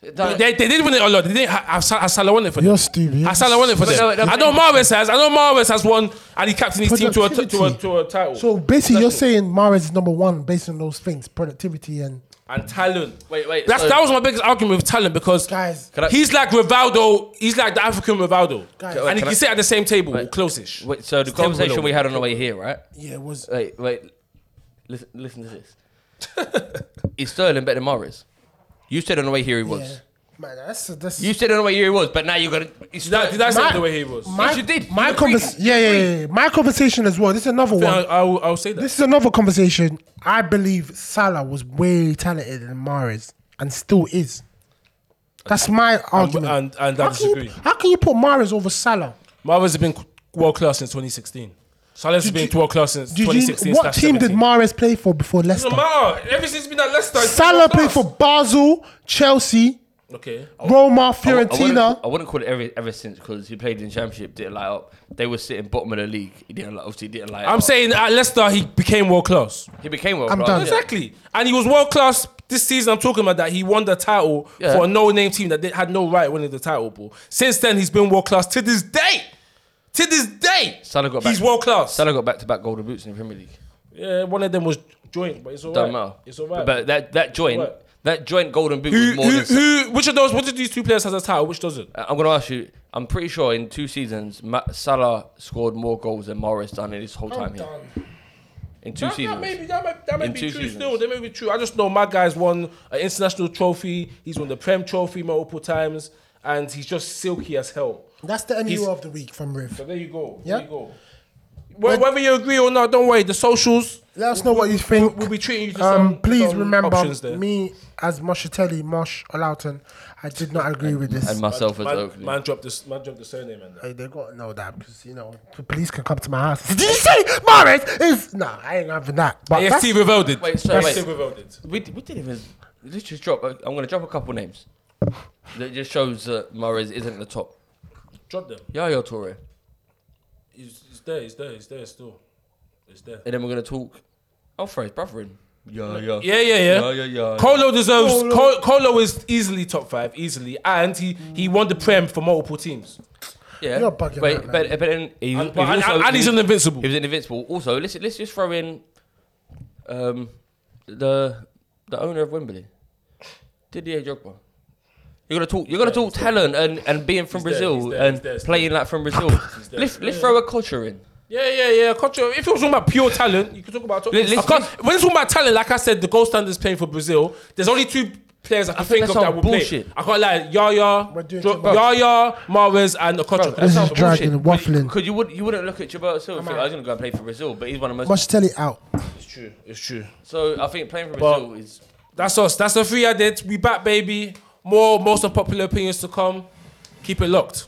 That-
They, they did win it a lot. They didn't have, have, Sa- have Salah won it for them.
You're stupid.
Have Salah won it for
But
them.
no, no,
I know
but-
Mahrez has. I know Mahrez has won, and he captained his team to a, t- to a
Productivity.
to a title.
so basically, you're saying Mares is number one based on those things, productivity and
and talent.
Wait, wait,
That's,
so-
that was my biggest argument with talent because
Guys.
Can I-
he's like Rivaldo. He's like the African Rivaldo,
Guys.
and he
Can I-
can sit at the same table, close-ish.
wait, so
It's
the
terrible,
conversation
though.
we had on the way here, right?
yeah, it was
Wait, wait. Listen, listen to this. Is Sterling better than Morris? You said on the way here he was.
yeah. Man, that's that's.
You said on the way here he was, but now you're gonna. It's
Did I, did I say
My-
the way he was?
my,
you did. You
My
were free.
convers- yeah, yeah, yeah, yeah. My conversation as well. This is another
I,
one.
I, will, I will say that.
This is another conversation. I believe Salah was way talented than Mares, and still is. That's my argument.
and- and I
how can you-
disagree.
how can you put Mares over Salah?
Mahrez has been world class since 2016. Salah's been
you-
world class since
Did
2016.
you, what team did Mares play for before Leicester?
Doesn't matter. Ever since he's been at Leicester, he's been
Salah
world
played
class.
for Basel, Chelsea,
Okay.
Roma,
I wouldn't- I
Fiorentina.
wouldn't, I wouldn't call it ever, ever since because he played in championship, didn't light up. They were sitting bottom of the league. He didn't light, obviously he didn't light
I'm
up.
saying at Leicester he became world class.
he became world
I'm
class.
done.
yeah.
Exactly. And he was world class this season. I'm talking about that. He won the title
Yeah.
for a no name team that did, had no right winning the title. Ball. Since then, he's been world class to this day. To this day,
Salah got
he's
back.
world class.
Salah got back-to-back golden boots in the Premier League.
Yeah, one of them was joint, but it's alright.
Don't matter.
It's alright.
But that that joint,
It's alright.
that joint golden boot
who,
was more
who,
than. Sa-
who, which of those, which of these two players has a title? Which doesn't?
I'm gonna ask you. I'm pretty sure in two seasons, Ma- Salah scored more goals than Morris done in his whole time here. In two
That, that
seasons.
may be, that may, that may
In
be
two
true
seasons.
still. That may be true. I just know my guy's won an international trophy. He's won the Prem trophy multiple times, and he's just silky as hell.
That's the
He's-
MU of the week from Riff.
So there you go.
Yeah.
There you go. Wh- Whether you agree or not, don't worry. The socials.
Let us know what you think.
We'll be treating you to
Um,
some.
please
some
remember,
options there.
me as Moshatelli, Mosh Olaughton, I did not agree with this.
and myself as
Man,
Oakley.
man dropped this. Man dropped the surname and that.
Hey, they got to know that because you know the police can come to my house. Did you say Morris is? Nah, I ain't having that. But that's-
AFC revolted.
Wait, so wait.
AFC revolted.
We, d- we didn't even. Let's just drop. I'm going to drop a couple names. That just shows that Morris isn't at the top.
Drop them.
Yaya Toure.
He's, he's there. He's there. He's there still. He's there.
And then we're going to talk. I'll throw his brother in. Yeah, yeah.
Yeah, yeah, yeah.
Yeah, yeah, yeah.
Colo deserves. Colo. Colo is easily top five, easily, and he he won the prem for multiple teams.
yeah.
You're bugging
but,
out, man.
but, but then he,
And,
he
but- and-
also-
and he's
he-
an invincible.
He was in Invincible. Also, let's, let's just throw in um, the the owner of Wembley, Didier Drogba. You're gonna talk. You're gonna talk talent and, and being from
there,
Brazil
he's there,
and
he's there, he's
playing like from Brazil.
there.
let's let's throw a culture in.
Yeah, yeah, yeah. Contra- if you're talking about pure talent, you can talk about.
Li- listen-
I can't- when you're talking about talent, like I said, the goal standard is playing for Brazil. There's only two players I can
think
think of
that
that
sounds
will
bullshit.
play. I can't lie, Yaya,
We're doing
Dro-
too much.
Yaya, Mahrez, and
Bro,
Okocha.
that
is
sounds
dragging and
bullshit.
waffling.
Because you would you wouldn't look at Gilberto Silva. and think, I was gonna go and play for Brazil, but he's one of the most.
Must tell it out.
It's true. It's true.
So I think playing for
But-
Brazil is.
That's us. That's the three I did. We back, baby. More most unpopular opinions to come. Keep it locked.